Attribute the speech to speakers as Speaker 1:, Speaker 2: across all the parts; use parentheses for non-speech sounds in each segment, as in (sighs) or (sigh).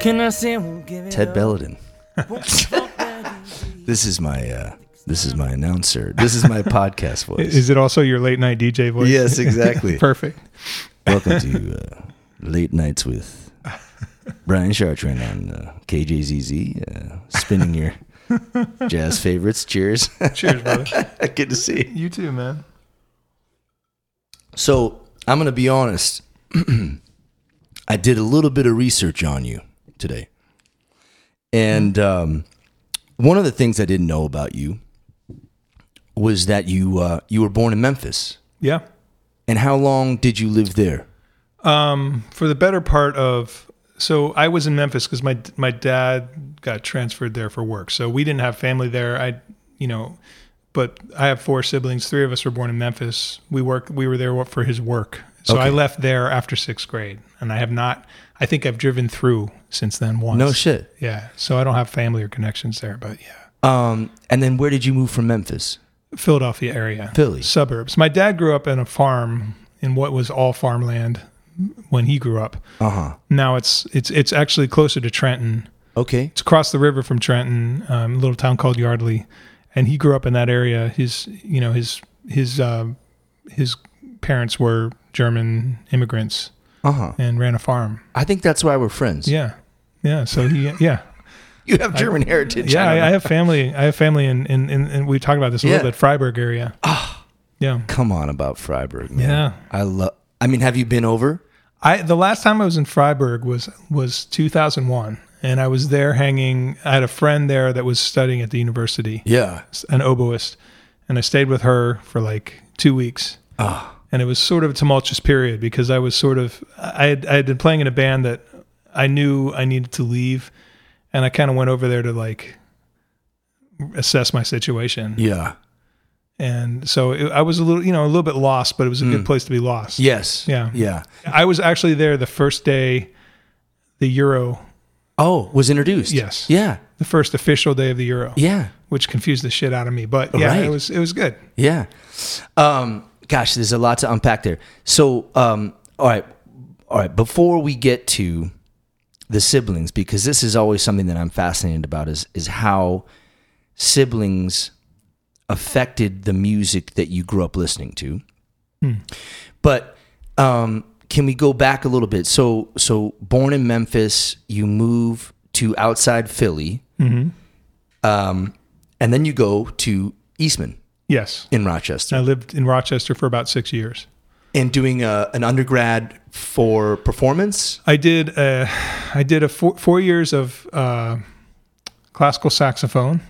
Speaker 1: Can I say I won't give it (laughs)
Speaker 2: Ted
Speaker 1: up?
Speaker 2: Belladin. this is my uh, this is my announcer. This is
Speaker 3: (laughs)
Speaker 2: my podcast voice.
Speaker 3: Is it also your late night DJ voice?
Speaker 2: Yes, exactly.
Speaker 3: (laughs) Perfect.
Speaker 2: Welcome to uh, late nights with Brian Chartrand on uh, KJZZ, uh, spinning
Speaker 3: (laughs)
Speaker 2: your jazz favorites. Cheers! (laughs)
Speaker 3: Cheers, brother.
Speaker 2: Good to see. You.
Speaker 3: (laughs) You too, man.
Speaker 2: So I'm gonna be honest. (clears throat) I did a little bit of research on you today, and um, one of the things I didn't know about you was that you uh, you were born in Memphis.
Speaker 3: Yeah.
Speaker 2: And how long did you live there?
Speaker 3: Um, for the better part of so I was in Memphis because my my dad got transferred there for work, so we didn't have family there. I you know, but I have four siblings. Three of us were born in Memphis. We work we were there for his work, so I
Speaker 2: Okay.
Speaker 3: left there after sixth grade, and I have not. I think I've driven through since then once.
Speaker 2: No shit.
Speaker 3: Yeah, so I don't have family or connections there, but yeah.
Speaker 2: Um, and then where did you move from Memphis?
Speaker 3: Philadelphia area,
Speaker 2: Philly.
Speaker 3: suburbs. My dad grew up in a farm in what was all farmland when he grew up.
Speaker 2: Uh huh.
Speaker 3: Now it's it's it's actually closer to Trenton.
Speaker 2: Okay.
Speaker 3: It's across the river from Trenton, um, a little town called Yardley, and he grew up in that area. His you know his his uh, his parents were German immigrants
Speaker 2: Uh huh.
Speaker 3: and ran a farm.
Speaker 2: I think that's why we're friends.
Speaker 3: Yeah, yeah. So he
Speaker 2: (laughs)
Speaker 3: yeah.
Speaker 2: You have German heritage. I
Speaker 3: Yeah,
Speaker 2: don't
Speaker 3: I, I
Speaker 2: know.
Speaker 3: have family. I have family in, in, in, in we talked about this a
Speaker 2: Yeah. Ah.
Speaker 3: little bit. Freiburg area. yeah,
Speaker 2: Come on about Freiburg, man.
Speaker 3: Yeah.
Speaker 2: I love. I mean, have you been over?
Speaker 3: I the last time I was in Freiburg was was 2001, and I was there hanging. I had a friend there that was studying at the university,
Speaker 2: Yeah.
Speaker 3: an oboist, and I stayed with her for like two weeks.
Speaker 2: Ah,
Speaker 3: And it was sort of a tumultuous period because I was sort of I had, I had been playing in a band that I knew I needed to leave, and I kind of went over there to like assess my situation.
Speaker 2: Yeah.
Speaker 3: And so it, I was a little, you know, a little bit lost, but it was a good place to be lost.
Speaker 2: Yes.
Speaker 3: Yeah.
Speaker 2: Yeah.
Speaker 3: I was actually there the first day, the Euro,
Speaker 2: Oh, was introduced.
Speaker 3: Yes.
Speaker 2: Yeah.
Speaker 3: the first official day of the Euro,
Speaker 2: Yeah.
Speaker 3: which confused the shit out of me. But yeah,
Speaker 2: Right.
Speaker 3: it was it was good.
Speaker 2: Yeah. Um, gosh, there's a lot to unpack there. So, um, all right, all right. Before we get to the siblings, because this is always something that I'm fascinated about is is how siblings affected the music that you grew up listening to. But um, can we go back a little bit? So, so born in Memphis, you move to outside Philly, um, and then you go to Eastman
Speaker 3: Yes,
Speaker 2: in Rochester
Speaker 3: I lived in Rochester for about six years.
Speaker 2: and doing a, an undergrad for performance.
Speaker 3: I did uh, I did a four, four years of uh, classical saxophone,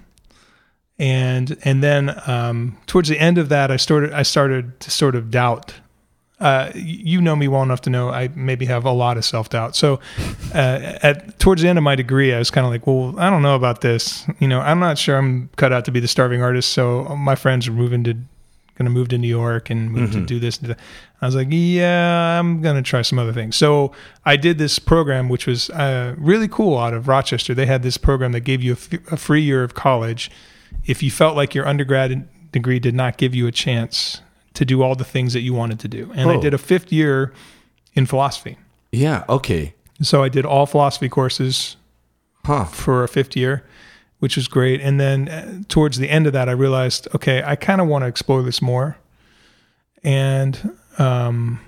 Speaker 3: and and then um, towards the end of that, I started I started to sort of doubt. Uh, y- you know me well enough to know I maybe have a lot of self doubt. So, uh, at towards the end of my degree, I was kind of like, well, I don't know about this. You know, I'm not sure I'm cut out to be the starving artist. So my friends are moving to going to move to New York and move to do this. And do that. I was like, yeah, I'm going to try some other things. So I did this program, which was uh, really cool out of Rochester. They had this program that gave you a, f- a free year of college if you felt like your undergrad degree did not give you a chance to do all the things that you wanted to do. And I
Speaker 2: Oh.
Speaker 3: did a fifth year in philosophy.
Speaker 2: Yeah. Okay.
Speaker 3: So I did all philosophy courses
Speaker 2: Huh.
Speaker 3: for a fifth year, which was great. And then uh, towards the end of that, I realized, okay, I kind of want to explore this more. And um,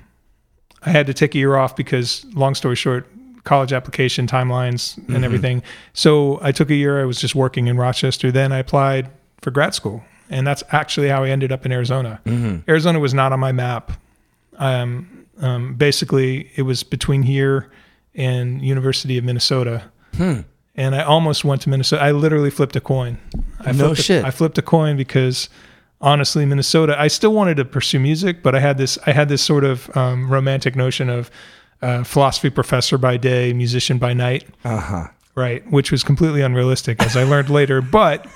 Speaker 3: I had to take a year off because, long story short, college application timelines and everything. So I took a year. I was just working in Rochester. Then I applied for grad school. And that's actually how I ended up in Arizona.
Speaker 2: Mm-hmm.
Speaker 3: Arizona was not on my map. Um, um, basically, it was between here and University of Minnesota
Speaker 2: Hmm.
Speaker 3: and I almost went to Minnesota. I literally flipped a coin. I
Speaker 2: No
Speaker 3: flipped a-
Speaker 2: shit.
Speaker 3: I flipped a coin because honestly, Minnesota. I still wanted to pursue music, but I had this. I had this sort of um, romantic notion of uh, philosophy professor by day, musician by night.
Speaker 2: Uh huh.
Speaker 3: Right, which was completely unrealistic, as I learned later. But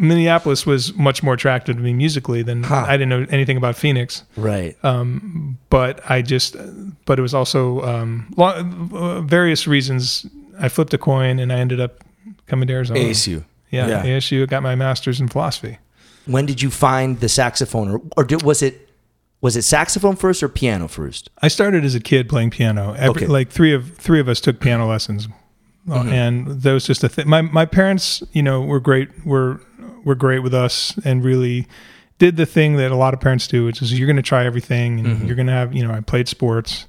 Speaker 3: Minneapolis was much more attractive to me musically than I didn't know anything about Phoenix
Speaker 2: Right.
Speaker 3: Um, but I just, but it was also um, lo- uh, various reasons. I flipped a coin and I ended up coming to Arizona.
Speaker 2: ASU.
Speaker 3: Yeah,
Speaker 2: Yeah.
Speaker 3: ASU. Got my master's in philosophy.
Speaker 2: When did you find the saxophone, or, or did, was it was it saxophone first or piano first?
Speaker 3: I started as a kid playing piano. Every,
Speaker 2: Okay.
Speaker 3: Like three of three of us took piano lessons. Uh, and that was just a thing. My my parents, you know, were great. were were great with us and really did the thing that a lot of parents do, which is you're going to try everything and you're going to have. You know, I played sports,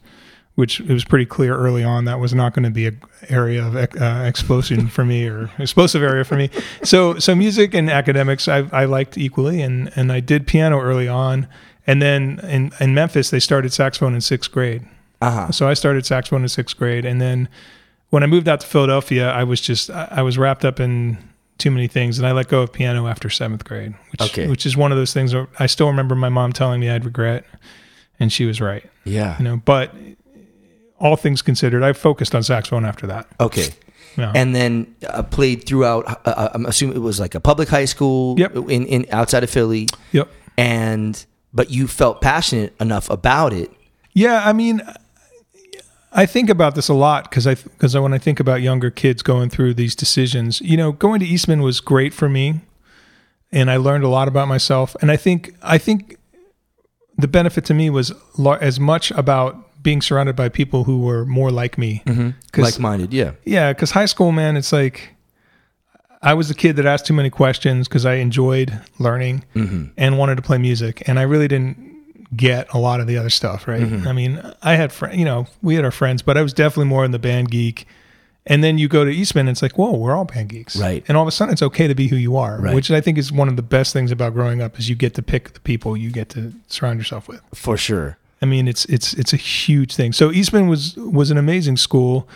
Speaker 3: which it was pretty clear early on that was not going to be a area of ec- uh, explosion (laughs) for me or explosive area for me. So so music and academics I, I liked equally, and and I did piano early on. And then in, in Memphis, they started saxophone in sixth grade.
Speaker 2: Uh huh.
Speaker 3: So I started saxophone in sixth grade, and then when I moved out to Philadelphia, I was just I I was wrapped up in too many things, and I let go of piano after seventh grade, which
Speaker 2: Okay.
Speaker 3: which is one of those things. That I still remember my mom telling me I'd regret, and she was right.
Speaker 2: Yeah.
Speaker 3: You know, but all things considered, I focused on saxophone after that.
Speaker 2: Okay.
Speaker 3: Yeah.
Speaker 2: And then uh, played throughout. Uh, Uh, I'm assuming it was like a public high school.
Speaker 3: Yep.
Speaker 2: In in outside of Philly,
Speaker 3: Yep.
Speaker 2: and but you felt passionate enough about it.
Speaker 3: Yeah, I mean, I think about this a lot because I because when I think about younger kids going through these decisions, you know, going to Eastman was great for me, and I learned a lot about myself. And I think I think the benefit to me was lar- as much about being surrounded by people who were more like me.
Speaker 2: Like minded. Yeah.
Speaker 3: Yeah, because high school, man, it's like I was the kid that asked too many questions because I enjoyed learning
Speaker 2: Mm-hmm.
Speaker 3: and wanted to play music, and I really didn't get a lot of the other stuff. Right?
Speaker 2: Mm-hmm.
Speaker 3: I mean, I had friends, you know, we had our friends, but I was definitely more in the band geek. And then you go to Eastman, it's like, whoa, we're all band geeks,
Speaker 2: Right.
Speaker 3: And all of a sudden, it's okay to be who you are,
Speaker 2: Right.
Speaker 3: which I think is one of the best things about growing up is you get to pick the people you get to surround yourself with.
Speaker 2: For sure.
Speaker 3: I mean, it's it's it's a huge thing. So Eastman was was an amazing school.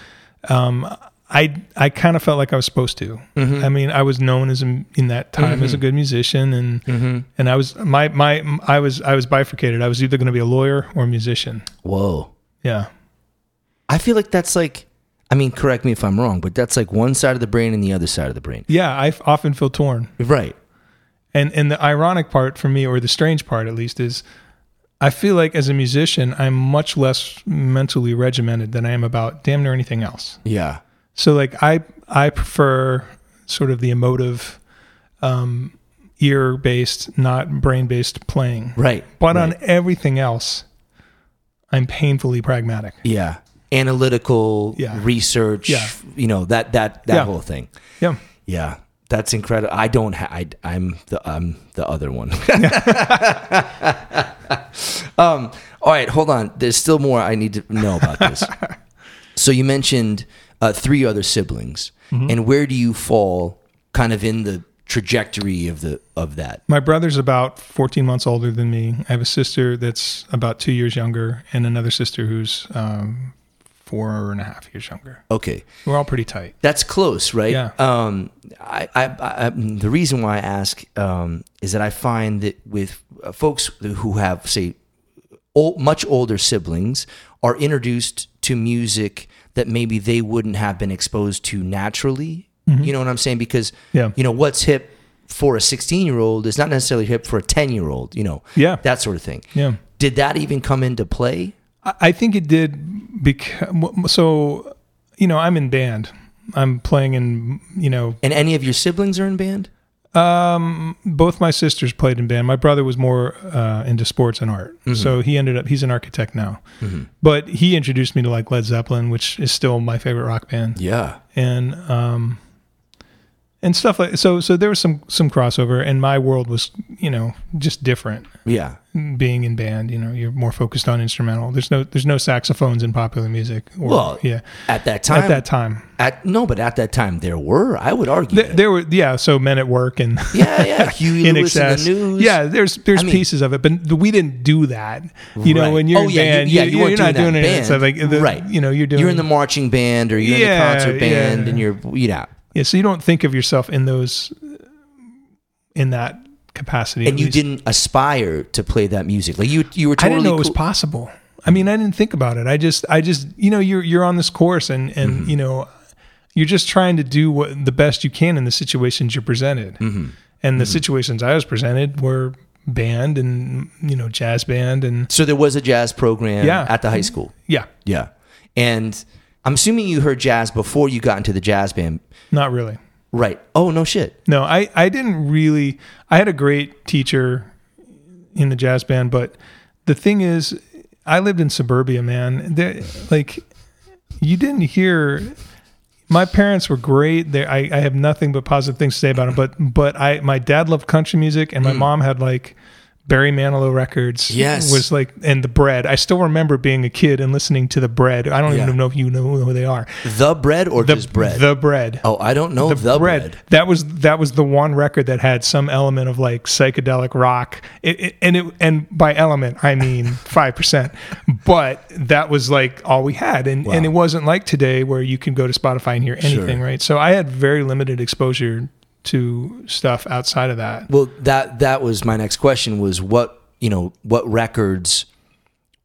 Speaker 3: Um, I I kind of felt like I was supposed to. I mean, I was known as a, in that time as a good musician, and and I was my my I was I was bifurcated. I was either going to be a lawyer or a musician.
Speaker 2: Whoa.
Speaker 3: Yeah,
Speaker 2: I feel like that's like. I mean, correct me if I'm wrong, but that's like one side of the brain and the other side of the brain.
Speaker 3: yeah. I f- often feel torn,
Speaker 2: Right.
Speaker 3: and and the ironic part for me, or the strange part at least, is I feel like as a musician, I'm much less mentally regimented than I am about damn near anything else.
Speaker 2: Yeah.
Speaker 3: So like I I prefer sort of the emotive, um, ear based, not brain based playing.
Speaker 2: Right.
Speaker 3: But on everything else, I'm painfully pragmatic.
Speaker 2: Yeah. Analytical
Speaker 3: Yeah.
Speaker 2: research.
Speaker 3: Yeah.
Speaker 2: You know that that that
Speaker 3: Yeah.
Speaker 2: whole thing.
Speaker 3: Yeah.
Speaker 2: Yeah, that's incredible. I don't. Ha- I, I'm the I'm the other (laughs) one. um. All right, hold on. There's still more I need to know about (laughs) this. so you mentioned uh, three other siblings, and where do you fall, kind of in the trajectory of the of that?
Speaker 3: My brother's about 14 months older than me. I have a sister that's about two years younger, and another sister who's um, four and a half years younger.
Speaker 2: Okay,
Speaker 3: We're all pretty tight.
Speaker 2: that's close, right?
Speaker 3: Yeah.
Speaker 2: Um. I. I. I mm, the reason why I ask um, is that I find that with uh, folks who have say old, much older siblings are introduced to music that maybe they wouldn't have been exposed to naturally. You know what I'm saying? Because
Speaker 3: Yeah.
Speaker 2: you know what's hip for a 16 year old is not necessarily hip for a 10 year old. You know,
Speaker 3: Yeah.
Speaker 2: that sort of thing.
Speaker 3: Yeah.
Speaker 2: Did that even come into play?
Speaker 3: I I think it did because so you know I'm in band. I'm playing in you know
Speaker 2: And any of your siblings are in band?
Speaker 3: Um, both my sisters played in band. My brother was more uh, into sports and art, so he ended up he's an architect now. But he introduced me to like Led Zeppelin, which is still my favorite rock band,
Speaker 2: Yeah.
Speaker 3: and um, and stuff like so. So there was some some crossover, and my world was you know just different.
Speaker 2: Yeah.
Speaker 3: Being in band, you know, you're more focused on instrumental. There's no there's no saxophones in popular music. Or,
Speaker 2: Well,
Speaker 3: yeah,
Speaker 2: At that time,
Speaker 3: at that time.
Speaker 2: at- no, but at that time there were. I would argue.
Speaker 3: Th-
Speaker 2: that.
Speaker 3: There were yeah, so Men at Work and
Speaker 2: yeah,
Speaker 3: (laughs)
Speaker 2: yeah. Huey
Speaker 3: in
Speaker 2: Lewis
Speaker 3: excess.
Speaker 2: in the news.
Speaker 3: Yeah, there's there's
Speaker 2: I mean-
Speaker 3: pieces of it, but th- we didn't do that. You know,
Speaker 2: Right.
Speaker 3: when you're
Speaker 2: Oh,
Speaker 3: in
Speaker 2: yeah, you-
Speaker 3: band,
Speaker 2: yeah,
Speaker 3: you,
Speaker 2: you
Speaker 3: you are
Speaker 2: weren't
Speaker 3: not
Speaker 2: doing
Speaker 3: doing,
Speaker 2: that in band.
Speaker 3: it. So like, the,
Speaker 2: Right.
Speaker 3: You know, you're doing
Speaker 2: you're in the marching band or you're
Speaker 3: Yeah,
Speaker 2: in the concert band
Speaker 3: yeah.
Speaker 2: and you're you know
Speaker 3: yeah. So you don't think of yourself in those in that capacity.
Speaker 2: and
Speaker 3: at
Speaker 2: you
Speaker 3: least.
Speaker 2: didn't aspire to play that music like you you were
Speaker 3: I
Speaker 2: totally
Speaker 3: didn't know it was
Speaker 2: cool-
Speaker 3: possible. I mean, I didn't think about it. I just, I just, you know, you're you're on this course, and and
Speaker 2: Mm-hmm.
Speaker 3: you know, you're just trying to do what the best you can in the situations you're presented.
Speaker 2: Mm-hmm.
Speaker 3: And the situations I was presented were band and you know jazz band and
Speaker 2: so there was a jazz program
Speaker 3: Yeah. Mm-hmm.
Speaker 2: at the high school
Speaker 3: yeah,
Speaker 2: yeah and I'm assuming you heard jazz before you got into the jazz band
Speaker 3: not really.
Speaker 2: right oh no shit
Speaker 3: No, I, I didn't really. I had a great teacher in the jazz band, but the thing is, I lived in suburbia, man. There, like, you didn't hear my parents were great. They, I, I have nothing but positive things to say about them. But but I my dad loved country music, and my
Speaker 2: Mm.
Speaker 3: mom had like Barry Manilow records.
Speaker 1: Yes.
Speaker 3: was like and the Bread. I still remember being a kid and listening to the Bread. I don't
Speaker 2: Yeah.
Speaker 3: even know if you know who they are.
Speaker 2: The bread or
Speaker 3: The
Speaker 2: just bread?
Speaker 3: The Bread.
Speaker 2: oh, I don't know the, bread.
Speaker 3: That was that was the one record that had some element of like psychedelic rock. It, it- and it and by element I mean (laughs) five percent. But that was like all we had, and and it wasn't like today where you can go to Spotify and hear anything, right? So I had very limited exposure to stuff outside of that.
Speaker 2: Well, that that was my next question was what you know what records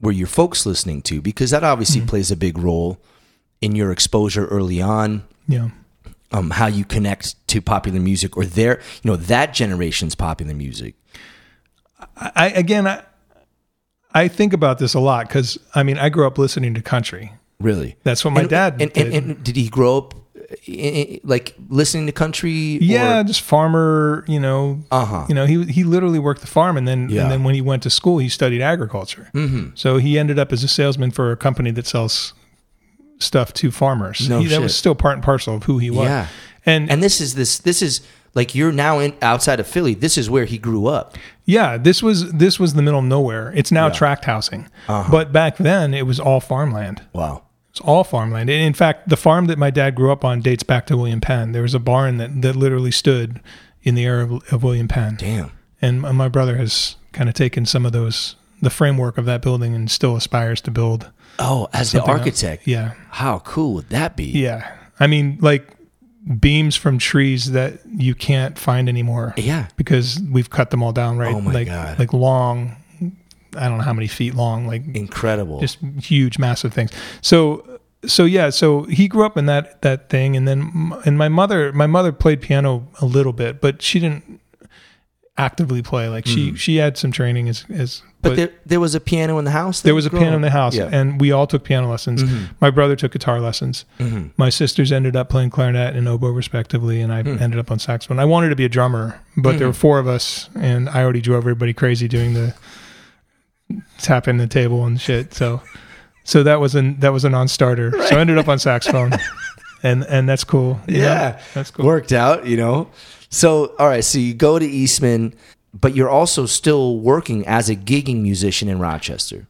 Speaker 2: were your folks listening to because that obviously
Speaker 3: Mm-hmm.
Speaker 2: plays a big role in your exposure early on.
Speaker 3: Yeah,
Speaker 2: um, how you connect to popular music or their, you know, that generation's popular music.
Speaker 3: I, I again I I think about this a lot because I mean I grew up listening to country.
Speaker 2: Really,
Speaker 3: That's what my
Speaker 2: and,
Speaker 3: dad
Speaker 2: And,
Speaker 3: did.
Speaker 2: and, and did he grow up i- i- like listening to country?
Speaker 3: Yeah, just farmer, you know.
Speaker 2: Uh-huh.
Speaker 3: You know, he he literally worked the farm, and then
Speaker 2: Yeah.
Speaker 3: and then when he went to school, he studied agriculture. Mm-hmm. So he ended up as a salesman for a company that sells stuff to farmers.
Speaker 2: No
Speaker 3: He- that
Speaker 2: shit.
Speaker 3: was still part and parcel of who he was.
Speaker 2: Yeah.
Speaker 3: And,
Speaker 2: and this is this this is like you're now in outside of Philly. This is where he grew up.
Speaker 3: yeah, this was this was the middle of nowhere. It's now tract housing,
Speaker 2: Uh-huh.
Speaker 3: but back then it was all farmland.
Speaker 2: Wow.
Speaker 3: It's all farmland. And in fact, the farm that my dad grew up on dates back to William Penn. There was a barn that that literally stood in the era of, of William Penn.
Speaker 2: Damn.
Speaker 3: and my- my brother has kind of taken some of those the framework of that building and still aspires to build
Speaker 2: Oh, as the architect,
Speaker 3: yeah
Speaker 2: how cool would that be?
Speaker 3: yeah i mean like beams from trees that you can't find anymore
Speaker 2: Yeah.
Speaker 3: because we've cut them all down right
Speaker 2: Oh my
Speaker 3: like
Speaker 2: God.
Speaker 3: like long i don't know how many feet long like
Speaker 2: Incredible.
Speaker 3: just huge massive things so so yeah so he grew up in that that thing and then m- and my mother my mother played piano a little bit but she didn't actively play like she she had some training as as
Speaker 2: Mm. but, there there was a piano in the house. that
Speaker 3: there
Speaker 2: you
Speaker 3: was a
Speaker 2: grew
Speaker 3: piano
Speaker 2: up-
Speaker 3: in the house
Speaker 2: Yeah. Mm-hmm.
Speaker 3: and we all took piano lessons my brother took guitar lessons my sisters ended up playing clarinet and oboe respectively and i
Speaker 2: Hmm.
Speaker 3: ended up on saxophone i wanted to be a drummer but there
Speaker 2: Mm-hmm.
Speaker 3: were four of us and i already drove everybody crazy doing the tapping the table and shit so so that was an that was a non-starter so i ended up
Speaker 2: (laughs)
Speaker 3: on saxophone and and that's cool you know?
Speaker 2: Yeah,
Speaker 3: that's cool
Speaker 2: Worked out, you know. So, all right. So you go to Eastman, but you're also still working as a gigging musician in Rochester.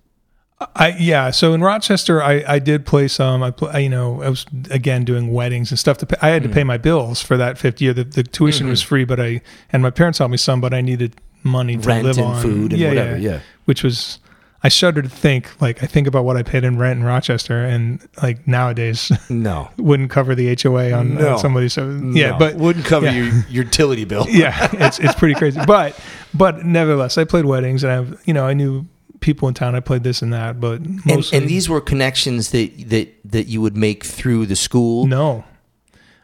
Speaker 3: I yeah. So in Rochester, I I did play some. I pl- I, you know I was again doing weddings and stuff. To pay. I had
Speaker 2: Mm.
Speaker 3: to pay my bills for that fifth year. The, the tuition
Speaker 2: Mm-hmm.
Speaker 3: was free, but I and my parents helped me some, but I needed money to
Speaker 2: Rent
Speaker 3: live
Speaker 2: and
Speaker 3: on
Speaker 2: food and whatever, yeah.
Speaker 3: which was. I shudder to think, like I think about what I paid in rent in Rochester, and like nowadays (laughs)
Speaker 2: No,
Speaker 3: wouldn't cover the HOA on,
Speaker 2: No.
Speaker 3: on somebody. So yeah,
Speaker 2: No.
Speaker 3: but
Speaker 2: wouldn't cover
Speaker 3: yeah.
Speaker 2: your your utility
Speaker 3: (laughs)
Speaker 2: bill.
Speaker 3: yeah, it's it's pretty crazy. But but nevertheless, I played weddings, and I've you know I knew people in town. I played this and that, but
Speaker 2: And,
Speaker 3: mostly
Speaker 2: and these were connections that that that you would make through the school.
Speaker 3: no. Um,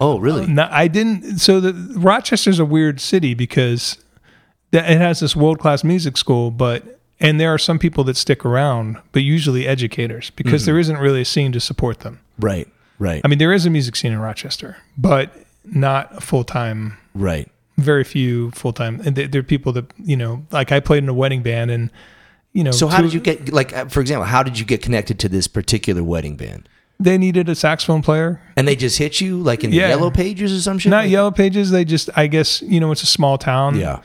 Speaker 2: Oh, really?
Speaker 3: No, I didn't. So the, Rochester's a weird city because that it has this world class music school, but and there are some people that stick around, but usually educators
Speaker 2: Mm-hmm.
Speaker 3: because there isn't really a scene to support them.
Speaker 2: Right, right,
Speaker 3: I mean, there is a music scene in Rochester, but not full time.
Speaker 2: right.
Speaker 3: Very few full time. And there, there are people that you know, like I played in a wedding band, and you know,
Speaker 2: So how
Speaker 3: two-
Speaker 2: did you get like uh, for example, how did you get connected to this particular wedding band?
Speaker 3: They needed a saxophone player.
Speaker 2: And they just hit you like in the
Speaker 3: Yeah.
Speaker 2: yellow pages or some shit?
Speaker 3: Not
Speaker 2: like-
Speaker 3: Yellow Pages. They just, I guess, you know, it's a small town.
Speaker 2: Yeah,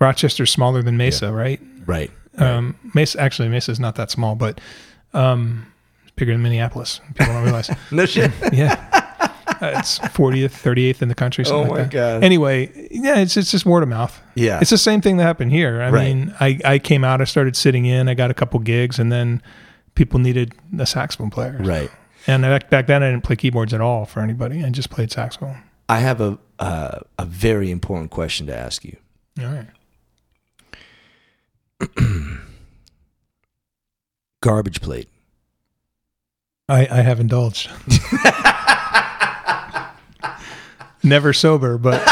Speaker 3: Rochester's smaller than Mesa, right?
Speaker 2: right.
Speaker 3: Um, Mesa actually Mesa's not that small, but um, it's bigger than Minneapolis. People
Speaker 2: (laughs)
Speaker 3: don't realize.
Speaker 2: No shit.
Speaker 3: yeah, Uh, it's 40th, 38th in the country. Something
Speaker 2: Oh
Speaker 3: like (laughs)
Speaker 2: my
Speaker 3: that.
Speaker 2: God.
Speaker 3: Anyway, yeah, it's it's just word of mouth.
Speaker 2: Yeah.
Speaker 3: it's the same thing that happened here. I
Speaker 2: Right.
Speaker 3: mean, I I came out, I started sitting in, I got a couple gigs, and then people needed a saxophone player.
Speaker 2: right.
Speaker 3: And back back then, I didn't play keyboards at all for anybody. I just played saxophone.
Speaker 2: I have a uh, a very important question to ask you.
Speaker 3: All right.
Speaker 2: Garbage plate.
Speaker 3: I, I
Speaker 2: (laughs)
Speaker 3: have indulged. Never sober, but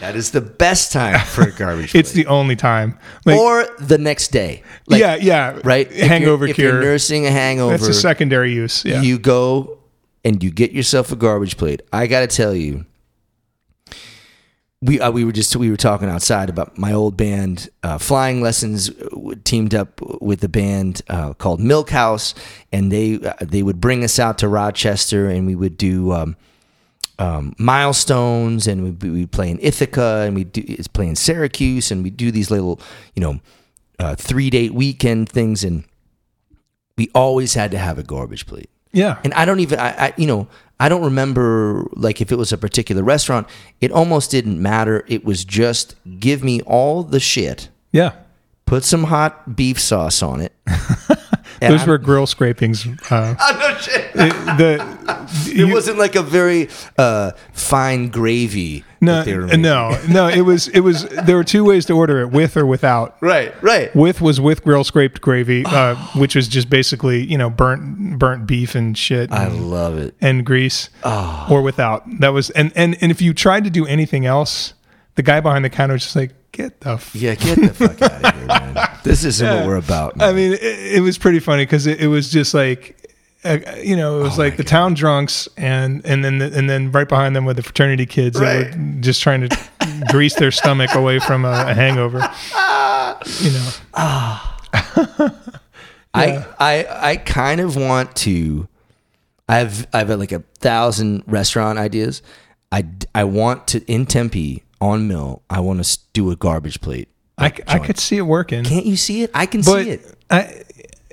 Speaker 2: That is the best time for a garbage plate.
Speaker 3: (laughs) It's the only time. Like,
Speaker 2: or the next day. Like,
Speaker 3: yeah, yeah.
Speaker 2: Right. If you're-
Speaker 3: Hangover
Speaker 2: If
Speaker 3: cure.
Speaker 2: you're nursing a hangover,
Speaker 3: That's a secondary use. Yeah.
Speaker 2: you go and you get yourself a garbage plate. I got to tell you, we uh, we were just we were talking outside about my old band uh, flying lessons uh, teamed up with a band uh, called milk house and they uh, they would bring us out to rochester and we would do um, um, milestones and we we play in ithaca and we do it's play in syracuse and we do these little you know uh, three date weekend things and we always had to have a garbage plate
Speaker 3: Yeah.
Speaker 2: and I don't even I, I you know I don't remember like if it was a particular restaurant. It almost didn't matter. It was just give me all the shit,
Speaker 3: Yeah.
Speaker 2: put some hot beef sauce on it. And
Speaker 3: (laughs) Those
Speaker 2: I-
Speaker 3: were grill scrapings. Uh,
Speaker 2: (laughs) I know shit.
Speaker 3: it, the
Speaker 2: It wasn't like a very uh, fine gravy.
Speaker 3: no, uh,
Speaker 2: that they were making.
Speaker 3: no, no. It was it was. There were two ways to order it: with or without.
Speaker 2: Right, right.
Speaker 3: With was with grill scraped gravy,
Speaker 2: (sighs)
Speaker 3: uh, which was just basically you know burnt burnt beef and shit.
Speaker 2: I Ah.
Speaker 3: and-
Speaker 2: love it.
Speaker 3: and grease or without. That was and, and and if you tried to do anything else, the guy behind the counter was just like, "Get the." F-.
Speaker 2: Yeah, get the fuck out of here, man. This isn't what we're about.
Speaker 3: (laughs)
Speaker 2: Man.
Speaker 3: I mean, it, it was pretty funny because it, it was just like, uh, you know, it
Speaker 2: Oh
Speaker 3: was like the town drunks and and then the, and then right behind them were the fraternity kids that were just trying to grease their stomach away from a,
Speaker 2: (laughs)
Speaker 3: a hangover. You know,
Speaker 2: I, I I kind of want to. I've I've had like a thousand restaurant ideas. I I want to in Tempe on Mill. I want to s- do a garbage plate.
Speaker 3: I, c- I could see it working.
Speaker 2: Can't you see it? I can
Speaker 3: but
Speaker 2: see it.
Speaker 3: I,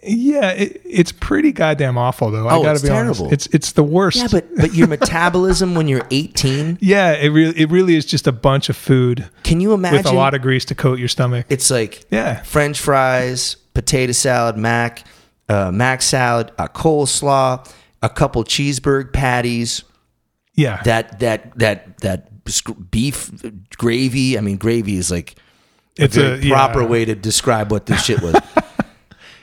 Speaker 3: yeah, it, it's pretty goddamn awful though. I
Speaker 2: Oh,
Speaker 3: gotta
Speaker 2: it's
Speaker 3: be
Speaker 2: terrible.
Speaker 3: honest. It's it's the worst.
Speaker 2: Yeah, but but your metabolism when you're
Speaker 3: (laughs)
Speaker 2: 18.
Speaker 3: Yeah, it really it really is just a bunch of food
Speaker 2: Can you imagine?
Speaker 3: with a lot of grease to coat your stomach.
Speaker 2: it's like
Speaker 3: Yeah.
Speaker 2: French fries, potato salad, mac, uh, mac salad, a coleslaw, a couple cheeseburg patties.
Speaker 3: Yeah.
Speaker 2: That that that that sc- beef gravy. I mean, gravy is like
Speaker 3: it's
Speaker 2: very
Speaker 3: yeah.
Speaker 2: proper way to describe what this shit
Speaker 3: (laughs)
Speaker 2: was.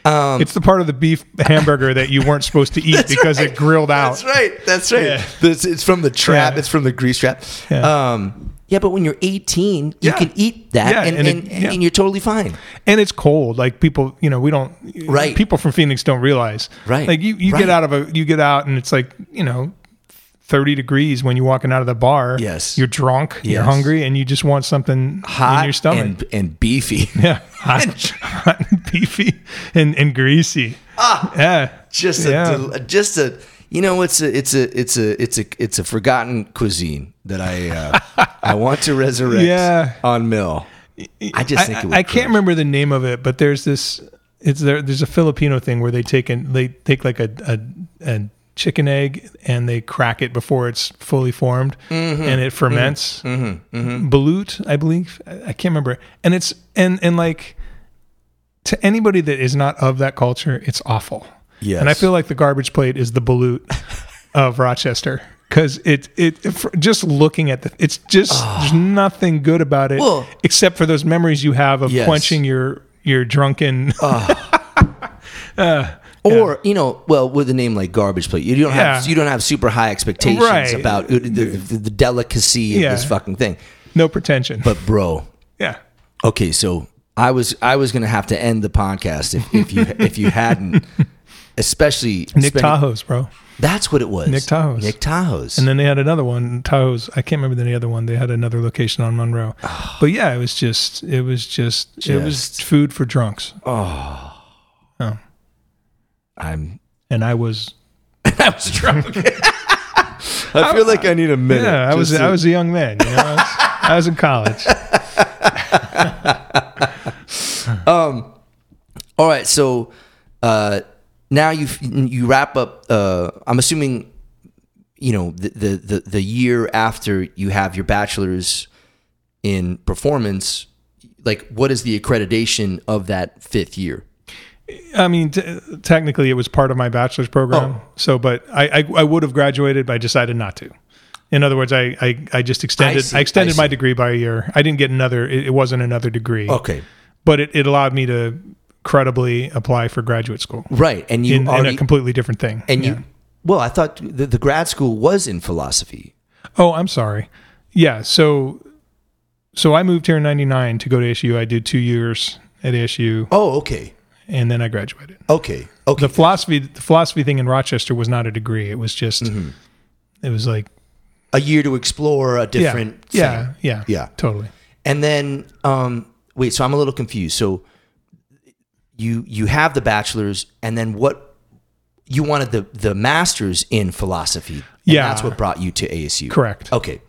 Speaker 3: it's the part of the beef hamburger that you weren't
Speaker 2: (laughs)
Speaker 3: supposed to eat because it grilled out.
Speaker 2: that's right. That's right.
Speaker 3: Yeah.
Speaker 2: It's, it's from the trap.
Speaker 3: Yeah.
Speaker 2: It's from the grease trap.
Speaker 3: Yeah.
Speaker 2: Um, yeah, but when you're 18, you
Speaker 3: Yeah.
Speaker 2: can eat that,
Speaker 3: Yeah,
Speaker 2: and, and,
Speaker 3: and it-
Speaker 2: and,
Speaker 3: yeah.
Speaker 2: you're totally fine.
Speaker 3: And it's cold. Like people, you know, we don't
Speaker 2: Right.
Speaker 3: people from Phoenix don't realize.
Speaker 2: Right.
Speaker 3: Like you, you
Speaker 2: Right.
Speaker 3: get out of a you get out and it's like, you know, 30 degrees when you're walking out of the bar.
Speaker 2: Yes.
Speaker 3: You're drunk, you're
Speaker 2: Yes.
Speaker 3: hungry and you just want something in
Speaker 2: Hot
Speaker 3: your stomach.
Speaker 2: and and beefy. (laughs)
Speaker 3: yeah. Hot, hot and beefy and, and greasy. Ah, yeah.
Speaker 2: just a,
Speaker 3: Yeah.
Speaker 2: del- just a. You know, it's a it's a it's a it's a it's a forgotten cuisine that I
Speaker 3: (laughs)
Speaker 2: uh, I want to resurrect
Speaker 3: Yeah.
Speaker 2: on Mill. I just think it would
Speaker 3: I can't remember the name of it, but there's this. It's there. There's a Filipino thing where they take an they take like a a, a chicken egg and they crack it before it's fully formed
Speaker 2: Mm-hmm.
Speaker 3: and it ferments. Mm-hmm. Balut, I believe. I I can't remember. And it's and and like to anybody that is not of that culture, it's awful.
Speaker 2: Yes.
Speaker 3: And I feel like the garbage plate is the balut of Rochester. Because it, it f- just looking at the it's just there's nothing good about it
Speaker 2: Ah. Well-
Speaker 3: except for those memories you have of
Speaker 2: Yes. Uh,
Speaker 3: quenching your your drunken
Speaker 2: Or you know, well, with a name like Garbage Plate, you don't have
Speaker 3: Yeah.
Speaker 2: you don't have super high expectations
Speaker 3: Right.
Speaker 2: about uh, the, the, the delicacy of
Speaker 3: Yeah.
Speaker 2: this fucking thing.
Speaker 3: (laughs) no pretension.
Speaker 2: But bro,
Speaker 3: yeah,
Speaker 2: okay, so I was I was gonna have to end the podcast if, if
Speaker 3: (laughs)
Speaker 2: you if you hadn't, especially
Speaker 3: Nick
Speaker 2: spending-
Speaker 3: Tahoe's bro.
Speaker 2: That's what it was.
Speaker 3: Nick Tahoe's.
Speaker 2: Nick Tahoe's.
Speaker 3: And then they had another one, Tahoe's. I can't remember the other one. They had another location on Monroe. but yeah, it was just it was just, it was
Speaker 2: Ah. Just-
Speaker 3: food for drunks.
Speaker 2: I'm.
Speaker 3: And (laughs) I was
Speaker 2: I was drunk. (laughs) I feel like I need a minute.
Speaker 3: yeah, I was
Speaker 2: just
Speaker 3: I
Speaker 2: to-
Speaker 3: was a young man. You know, I was, I was in college.
Speaker 2: All right, so uh, now you you wrap up. Uh, I'm assuming you know the, the the the year after you have your bachelor's in performance. Like, what is the accreditation of that fifth year?
Speaker 3: I mean, t- technically, it was part of my bachelor's program. So, but I, I, I would have graduated, but I decided not to. In other words, I, I, I just extended I, Oh.
Speaker 2: see,
Speaker 3: extended
Speaker 2: I
Speaker 3: my
Speaker 2: see.
Speaker 3: degree by a year. I didn't get another. It, it wasn't another degree,
Speaker 2: Okay,
Speaker 3: but it, it allowed me to credibly apply for graduate school
Speaker 2: right, and you
Speaker 3: in, in
Speaker 2: already
Speaker 3: a completely different thing.
Speaker 2: and
Speaker 3: Yeah.
Speaker 2: you. Well, I thought the, the grad school was in philosophy.
Speaker 3: Oh, I'm sorry. Yeah. So, so I moved here in '99 to go to ASU. I did two years at ASU,
Speaker 2: Oh, okay,
Speaker 3: and then I graduated.
Speaker 2: okay, okay.
Speaker 3: the
Speaker 2: Mm-hmm.
Speaker 3: philosophy the philosophy thing in Rochester was not a degree. It was just it was like
Speaker 2: a year to explore a
Speaker 3: Yeah.
Speaker 2: different thing.
Speaker 3: yeah, yeah,
Speaker 2: Yeah.
Speaker 3: totally.
Speaker 2: And then um wait, so I'm a little confused. So you you have the bachelor's and then what you wanted the the master's in philosophy. and
Speaker 3: Yeah.
Speaker 2: That's what brought you to ASU.
Speaker 3: Correct.
Speaker 2: Okay.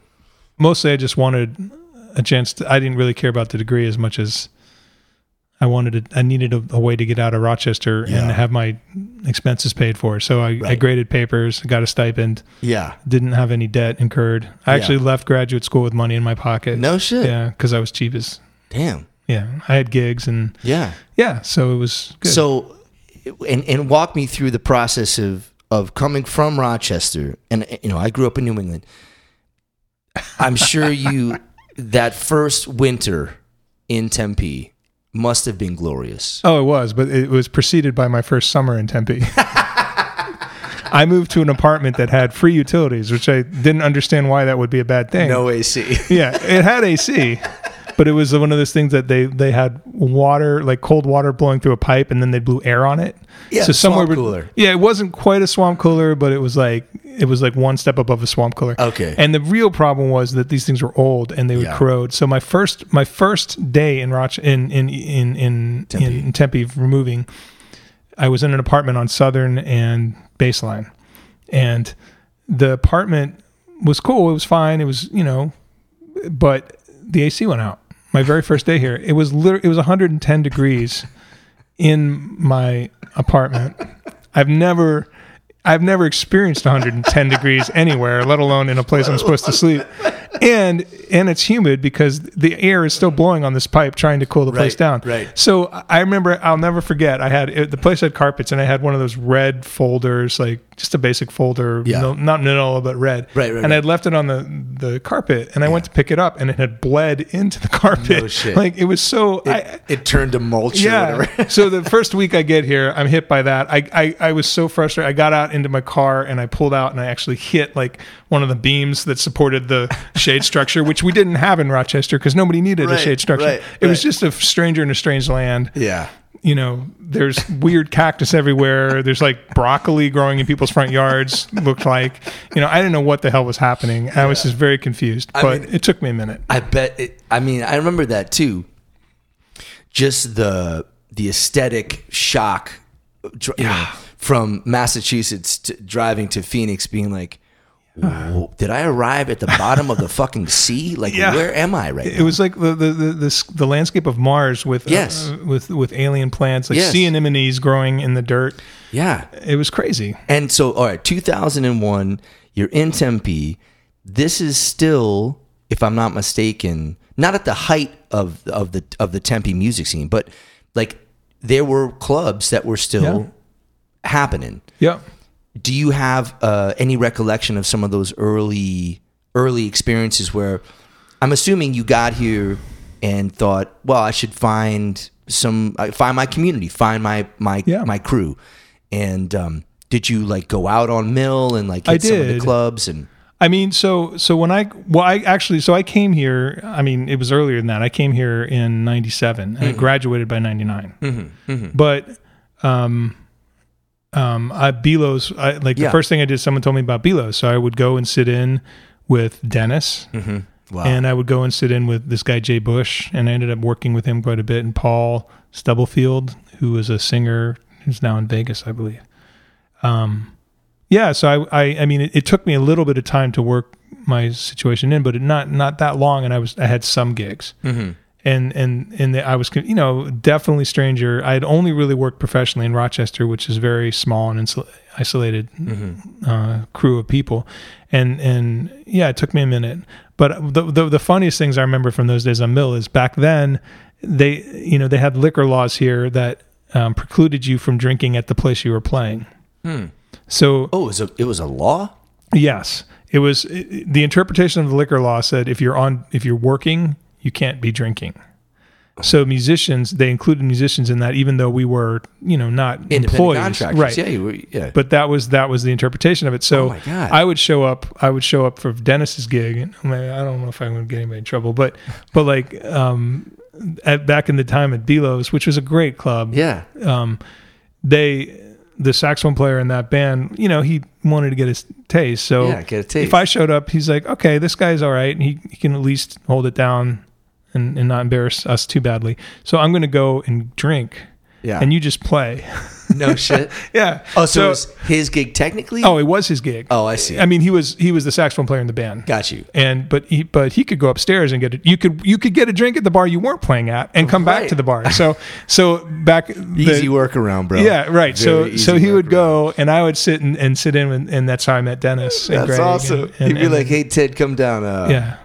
Speaker 3: Mostly, I just wanted a chance. To, I didn't really care about the degree as much as I wanted. To, I needed a, a way to get out of Rochester and
Speaker 2: Yeah.
Speaker 3: have my expenses paid for. So I, I
Speaker 2: Right.
Speaker 3: graded papers, got a stipend,
Speaker 2: Yeah.
Speaker 3: didn't have any debt incurred. I
Speaker 2: Yeah.
Speaker 3: actually left graduate school with money in my pocket.
Speaker 2: No shit.
Speaker 3: Yeah, because I was cheap as.
Speaker 2: Damn.
Speaker 3: Yeah, I had gigs and
Speaker 2: Yeah.
Speaker 3: yeah, so it was good.
Speaker 2: So and and walk me through the process of of coming from Rochester and you know, I grew up in New England. I'm sure
Speaker 3: (laughs)
Speaker 2: you that first winter in Tempe must have been glorious.
Speaker 3: Oh, it was, but it was preceded by my first summer in Tempe. I moved to an apartment that had free utilities, which I didn't understand why that would be a bad thing.
Speaker 2: (laughs) No AC.
Speaker 3: (laughs) Yeah, it had AC, but it was one of those things that they they had water, like cold water blowing through a pipe, and then they blew air on it.
Speaker 2: Yeah, swamp
Speaker 3: bet-
Speaker 2: cooler.
Speaker 3: Yeah, it wasn't quite a swamp cooler, but it was like it was like one step above a swamp cooler.
Speaker 2: Okay.
Speaker 3: And the real problem was that these things were old and they would
Speaker 2: Yeah.
Speaker 3: corrode. So my first my first day in Roch in in in in Tempe. in Tempe removing, I was in an apartment on Southern and Baseline, and the apartment was cool. It was fine. It was you know, but the AC went out. My very first day here, it was liter- it was 110 degrees in my apartment. I've never I've never experienced 110 degrees anywhere, let alone in a place I'm supposed to sleep. And and it's humid because the air is still blowing on this pipe trying to cool the place
Speaker 2: Right,
Speaker 3: down.
Speaker 2: right.
Speaker 3: So I- I remember I'll never forget I had it, the place had carpets and I had one of those red folders like just a basic folder,
Speaker 2: Yeah.
Speaker 3: no, not manila but red.
Speaker 2: Right, right,
Speaker 3: And
Speaker 2: right.
Speaker 3: I'd left it on the the carpet and I went to pick it up and it had bled into the carpet.
Speaker 2: No shit.
Speaker 3: Like it was so I,
Speaker 2: it turned to mulch or whatever.
Speaker 3: (laughs) so the first week I get here, I'm hit by that. I, I I was so frustrated. I got out into my car and I pulled out and I actually hit like one of the beams that supported the
Speaker 2: (laughs)
Speaker 3: shade structure, which we didn't have in Rochester because nobody needed a
Speaker 2: Right,
Speaker 3: shade structure.
Speaker 2: right,
Speaker 3: it was
Speaker 2: right.
Speaker 3: just a stranger in a strange land.
Speaker 2: Yeah.
Speaker 3: You know, there's weird cactus everywhere. There's like broccoli growing in people's front yards. Looked like, you know, I didn't know what the hell was happening. I was just very confused. But
Speaker 2: mean-
Speaker 3: it took me a minute.
Speaker 2: I bet it I mean, I remember that too. Just the the aesthetic shock dr- you know, from Massachusetts to driving to Phoenix being like "Whoa, did I arrive at the bottom of the fucking sea? Like,
Speaker 3: (laughs) Yeah.
Speaker 2: where am I right
Speaker 3: It was like the the the, the, s- the landscape of Mars with uh,
Speaker 2: Yes.
Speaker 3: with with alien plants, like
Speaker 2: Yes.
Speaker 3: sea anemones growing in the dirt.
Speaker 2: now? Yeah.
Speaker 3: It was crazy.
Speaker 2: And so, all right, 2001, you're in Tempe. This is still, if I'm not mistaken, not at the height of of the of the Tempe music scene, but like there were clubs that were still happening.
Speaker 3: Yep.
Speaker 2: Do you have uh, any recollection of some of those early early experiences where I'm assuming you got here and thought, well, I should find some I find my community, find my my
Speaker 3: Yeah.
Speaker 2: my crew. And um, did you like go out on mill and like
Speaker 3: I
Speaker 2: hit some of the
Speaker 3: did.
Speaker 2: clubs and
Speaker 3: I mean, so so when I well, I actually so I came here. I mean, it was earlier than that. I came here in '97 and I graduated by '99. But um, um, I Belos. I like
Speaker 2: Yeah.
Speaker 3: the first thing I did. Someone told me about Belos, so I would go and sit in with Dennis.
Speaker 2: wow,
Speaker 3: And I would go and sit in with this guy, Jay Bush, and I ended up working with him quite a bit. And Paul Stubblefield, who was a singer who's now in Vegas, I believe. Um, yeah, so I, I, I mean, it, it took me a little bit of time to work my situation in, but it not not that long. And I was I had some gigs, mm-hmm. and and and the, I was con- you know definitely stranger. I had only really worked professionally in Rochester, which is very small and insol- isolated uh, crew of people, and and yeah, it took me a minute. But the, the the funniest things I remember from those days on Mill is back then they you know they had liquor laws here that um, precluded you from drinking at the place you were playing. So
Speaker 2: oh, it was a it was a law.
Speaker 3: yes, it was it- it- the interpretation of the liquor law said if you're on if you're working you can't be drinking. So musicians they included musicians in that even though we were you know not
Speaker 2: Independent
Speaker 3: employees
Speaker 2: contractors,
Speaker 3: right
Speaker 2: Yeah, you were, yeah.
Speaker 3: but that was that was the interpretation of it. So
Speaker 2: Oh my God.
Speaker 3: I would show up. I would show up for Dennis's gig, and I, mean, I don't know if I'm going to get anybody in trouble,
Speaker 2: (laughs)
Speaker 3: but but like um, at, back in the time at Belos, which was a great club,
Speaker 2: yeah,
Speaker 3: um, they the saxophone player in that band, you know, he wanted to get his taste. So
Speaker 2: Yeah, get a taste.
Speaker 3: if I showed up, he's like, okay, this guy's all right. And he, he can at least hold it down and, and not embarrass us too badly. So I'm going to go and drink
Speaker 2: yeah.
Speaker 3: and you just play. (laughs)
Speaker 2: no shit.
Speaker 3: yeah.
Speaker 2: Oh, so, it's his gig technically?
Speaker 3: oh, it was his gig.
Speaker 2: Oh, I see.
Speaker 3: I mean, he was, he was the saxophone player in the band.
Speaker 2: Got you.
Speaker 3: and but he but he could go upstairs and get it. You could you could get a drink at the bar you weren't playing at and come
Speaker 2: Right. (laughs)
Speaker 3: back to the bar. So so back the-
Speaker 2: Easy workaround, bro.
Speaker 3: Yeah, right.
Speaker 2: Very
Speaker 3: so so
Speaker 2: easy
Speaker 3: he would
Speaker 2: workaround.
Speaker 3: go and I would sit and, and sit in and, and that's how I met Dennis. And
Speaker 2: That's
Speaker 3: Greg
Speaker 2: awesome.
Speaker 3: And, and,
Speaker 2: He'd be
Speaker 3: and-
Speaker 2: like, "Hey Ted, come down. Uh,
Speaker 3: yeah,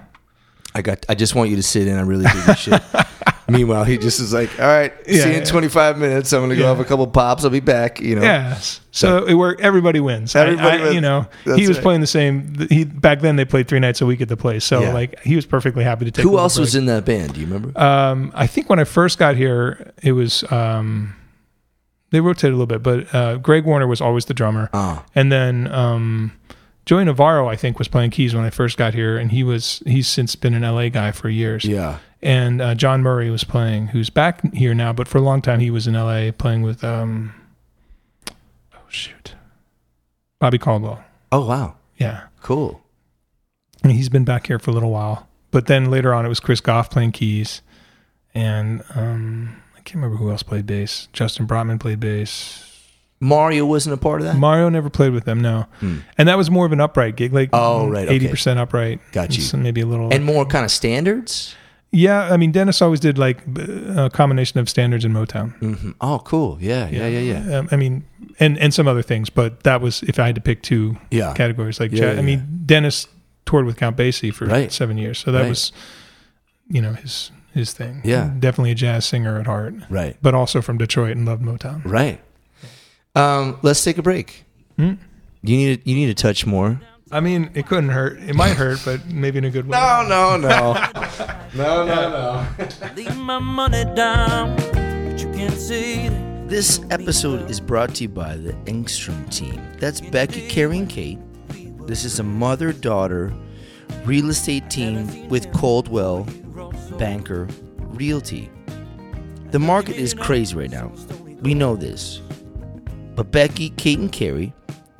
Speaker 2: I got. I just want you to sit in. I really dig your
Speaker 3: (laughs)
Speaker 2: shit." Meanwhile, he just is like, "All right,
Speaker 3: Yeah,
Speaker 2: see you in
Speaker 3: yeah.
Speaker 2: 25 minutes. I'm gonna go
Speaker 3: Yeah.
Speaker 2: have a couple pops. I'll be back." You know.
Speaker 3: yes. So it worked. Everybody wins. I-
Speaker 2: Everybody
Speaker 3: I,
Speaker 2: wins.
Speaker 3: You know,
Speaker 2: That's
Speaker 3: he was
Speaker 2: right.
Speaker 3: playing the same. th- He back then they played three nights a week at the place. So
Speaker 2: Yeah.
Speaker 3: like he was perfectly happy to take. a
Speaker 2: Who
Speaker 3: little
Speaker 2: else
Speaker 3: break.
Speaker 2: was in that band? Do you remember?
Speaker 3: Um, I think when I first got here, it was um, they rotated a little bit, but uh, Greg Warner was always the drummer,
Speaker 2: Ah,
Speaker 3: and then um, Joey Navarro, I think, was playing keys when I first got here, and he was he's since been an LA guy for years.
Speaker 2: yeah.
Speaker 3: And uh, John Murray was playing, who's back here now, but for a long time he was in LA playing with um, oh shoot, Bobby Caldwell.
Speaker 2: Oh wow,
Speaker 3: Yeah,
Speaker 2: cool.
Speaker 3: and he's been back here for a little while. But then later on, it was Chris Goff playing keys, and um, I can't remember who else played bass. Justin Brotman played bass.
Speaker 2: Mario wasn't a part of that.
Speaker 3: Mario never played with them, no.
Speaker 2: Hmm.
Speaker 3: And that was more of an upright gig, like
Speaker 2: Oh, right, okay.
Speaker 3: eighty percent upright.
Speaker 2: Got you.
Speaker 3: So maybe a little.
Speaker 2: and more kind of standards.
Speaker 3: yeah, I mean, Dennis always did like b- a combination of standards and Motown.
Speaker 2: hmm Oh, cool. Yeah, yeah, yeah, yeah.
Speaker 3: Um, I mean, and and some other things, but that was if I had to pick two
Speaker 2: Yeah.
Speaker 3: categories. Like,
Speaker 2: Yeah,
Speaker 3: Chad-
Speaker 2: yeah,
Speaker 3: I mean, Dennis toured with Count Basie for
Speaker 2: Right.
Speaker 3: seven years, so that
Speaker 2: Right.
Speaker 3: was, you know, his his thing.
Speaker 2: Yeah.
Speaker 3: definitely a jazz singer at heart,
Speaker 2: Right.
Speaker 3: but also from Detroit and loved Motown.
Speaker 2: Right. Um, let's take a break.
Speaker 3: Hmm?
Speaker 2: You need you need to touch more.
Speaker 3: I mean, it couldn't hurt. It might hurt, but maybe in a good way.
Speaker 2: no, no, no, no, no.
Speaker 1: Leave my money down, but you can't see it.
Speaker 2: This episode is brought to you by the Engstrom team. That's Becky, Carrie, and Kate. This is a mother daughter real estate team with Coldwell Banker Realty. The market is crazy right now. We know this. But Becky, Kate, and Carrie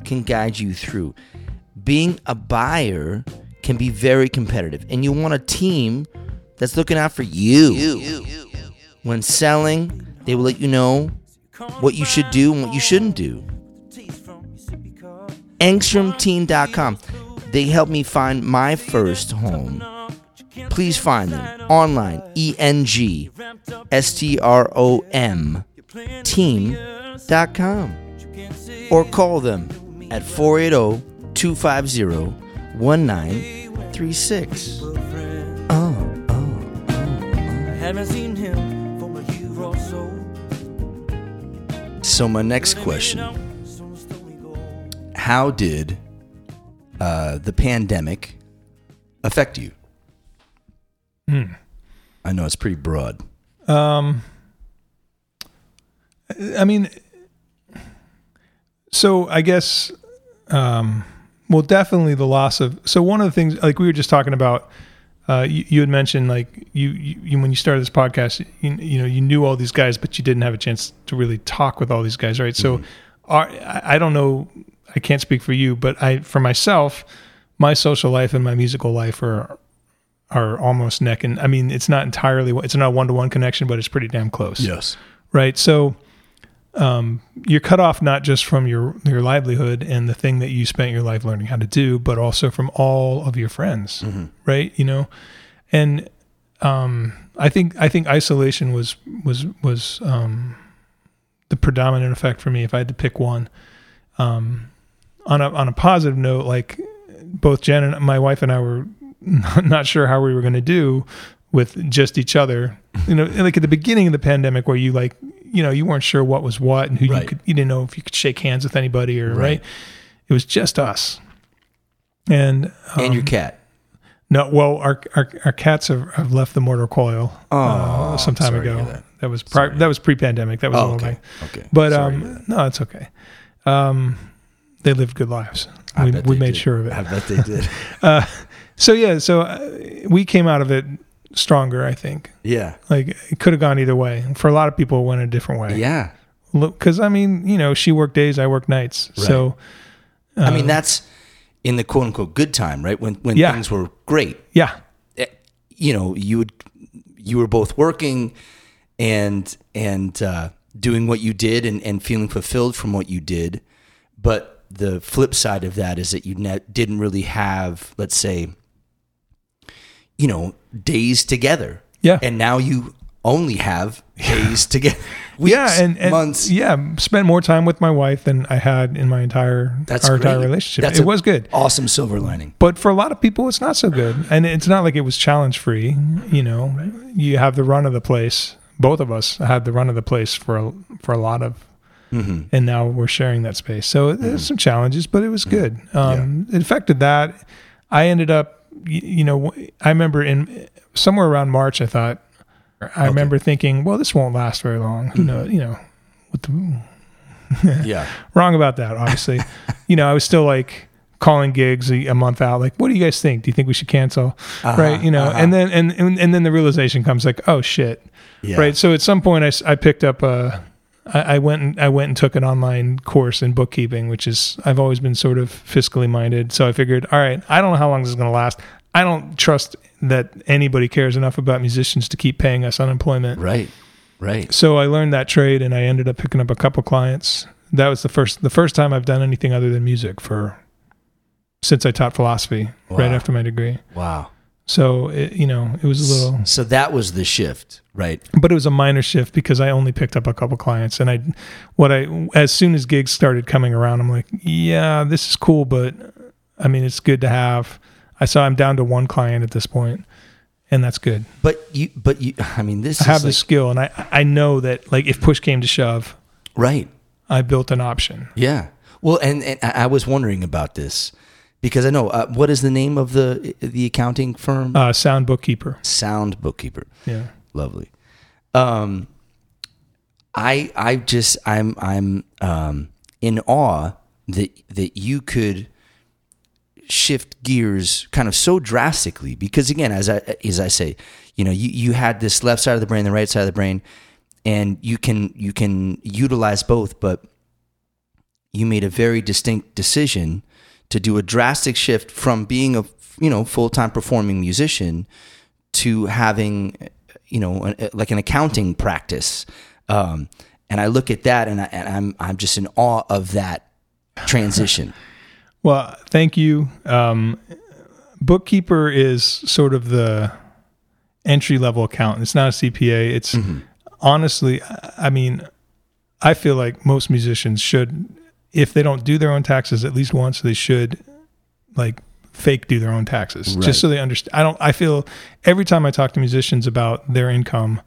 Speaker 2: can guide you through. Being a buyer can be very competitive, and you want a team that's looking out for you. When selling, they will let you know what you should do and what you shouldn't do. EngstromTeam.com. They helped me find my first home. Please find them online. E N G S T R O M team.com or call them at oh, 480 250 1936. Oh, oh.
Speaker 1: I haven't seen him for a year or so.
Speaker 2: So, my next question how did uh, the pandemic affect you?
Speaker 3: Hmm.
Speaker 2: I know it's pretty broad.
Speaker 3: Um, I mean, so I guess, um, well, definitely the loss of. So one of the things, like we were just talking about, uh, you, you had mentioned, like you, you, you when you started this podcast, you, you know, you knew all these guys, but you didn't have a chance to really talk with all these guys, right? So, our, I- I don't know, I can't speak for you, but I, for myself, my social life and my musical life are are almost neck and I mean it's not entirely it's not a one to one connection, but it's pretty damn close.
Speaker 2: Yes.
Speaker 3: Right. So um, you're cut off not just from your your livelihood and the thing that you spent your life learning how to do, but also from all of your friends. Right. You know, and um, I think I think isolation was was was um, the predominant effect for me. If I had to pick one, um, on a on a positive note, like both Jen and my wife and I were not, not sure how we were going to do with just each other. You know, like at the beginning of the pandemic, where you like, you know, you weren't sure what was what and who
Speaker 2: Right.
Speaker 3: you could, you didn't know if you could shake hands with anybody or right.
Speaker 2: Right.
Speaker 3: It was just us. And um,
Speaker 2: and your cat.
Speaker 3: no, well, our our, our cats have, have left the mortal coil uh, some time
Speaker 2: Oh, sorry to
Speaker 3: ago.
Speaker 2: hear that.
Speaker 3: That. was pri- that was pre-pandemic. That was a
Speaker 2: Oh,
Speaker 3: little
Speaker 2: okay.
Speaker 3: thing.
Speaker 2: Okay.
Speaker 3: But
Speaker 2: Sorry to hear
Speaker 3: um, no, it's okay. Um, they lived good lives.
Speaker 2: I
Speaker 3: we
Speaker 2: bet
Speaker 3: we
Speaker 2: they
Speaker 3: made
Speaker 2: did.
Speaker 3: sure of it.
Speaker 2: I bet they
Speaker 3: (laughs)
Speaker 2: did.
Speaker 3: So yeah, so uh, we came out of it stronger. I think
Speaker 2: yeah.
Speaker 3: like it could have gone either way. For a lot of people, it went a different way.
Speaker 2: Yeah.
Speaker 3: because I mean, you know, she worked days, I worked nights. So
Speaker 2: I mean, that's in the quote unquote good time, right? When when
Speaker 3: Uh, Yeah.
Speaker 2: things were great,
Speaker 3: yeah,
Speaker 2: Eh, you know, you would you were both working and and uh, doing what you did and, and feeling fulfilled from what you did. But the flip side of that is that you ne- didn't really have, let's say, you know, days together.
Speaker 3: Yeah.
Speaker 2: and now you only have
Speaker 3: (laughs)
Speaker 2: days together. Weeks,
Speaker 3: yeah, and, and
Speaker 2: months.
Speaker 3: yeah, spent more time with my wife than I had in my entire
Speaker 2: That's
Speaker 3: our entire
Speaker 2: great.
Speaker 3: relationship.
Speaker 2: That's
Speaker 3: it
Speaker 2: a
Speaker 3: was good,
Speaker 2: Awesome silver lining.
Speaker 3: but for a lot of people, it's not so good, and it's not like it was challenge free. You know, you have the run of the place. Both of us had the run of the place for a, for a lot of, and now we're sharing that space. So there's some challenges, but it was good. Um, It affected that. I ended up, y- you know, I remember in somewhere around March, I thought, I remember thinking, well, this won't last very long. Who knows? You know, what the
Speaker 2: Yeah,
Speaker 3: wrong about that obviously you know i was still like calling gigs a, a month out like what do you guys think do you think we should cancel right you know and then and, and and then the realization comes like oh shit
Speaker 2: yeah.
Speaker 3: right so at some point i, s- I picked up a I, I went and i went and took an online course in bookkeeping which is i've always been sort of fiscally minded so i figured all right i don't know how long this is going to last i don't trust that anybody cares enough about musicians to keep paying us unemployment
Speaker 2: Right, right.
Speaker 3: so I learned that trade and I ended up picking up a couple clients. That was the first the first time I've done anything other than music for since I taught philosophy right
Speaker 2: Wow.
Speaker 3: after my degree.
Speaker 2: Wow.
Speaker 3: So it, you know, it was a little
Speaker 2: So that was the shift, right?
Speaker 3: but it was a minor shift because I only picked up a couple clients and I what I as soon as gigs started coming around I'm like, yeah, this is cool but I mean it's good to have. I saw I'm down to one client at this point and that's good.
Speaker 2: But you, but you. (laughs) I mean, this
Speaker 3: I have
Speaker 2: is
Speaker 3: the
Speaker 2: like,
Speaker 3: skill and I I know that like if push came to shove,
Speaker 2: right.
Speaker 3: I built an option.
Speaker 2: Yeah. Well, and, and I I was wondering about this because I know uh, what is the name of the the accounting firm?
Speaker 3: Uh, sound bookkeeper.
Speaker 2: Sound Bookkeeper.
Speaker 3: Yeah.
Speaker 2: Lovely. Um, I I just I'm I'm um in awe that that you could shift gears kind of so drastically because again as I as I say you know you you had this left side of the brain the right side of the brain and you can you can utilize both but you made a very distinct decision to do a drastic shift from being a you know full-time performing musician to having you know an, like an accounting practice um, and i look at that and, I, and i'm i'm just in awe of that transition
Speaker 3: Well, thank you. Um, bookkeeper is sort of the entry level accountant. It's not a CPA. It's honestly, I- I mean, I feel like most musicians should, if they don't do their own taxes at least once, they should like fake do their own taxes
Speaker 2: Right.
Speaker 3: just so they understand. I don't, I feel every time I talk to musicians about their income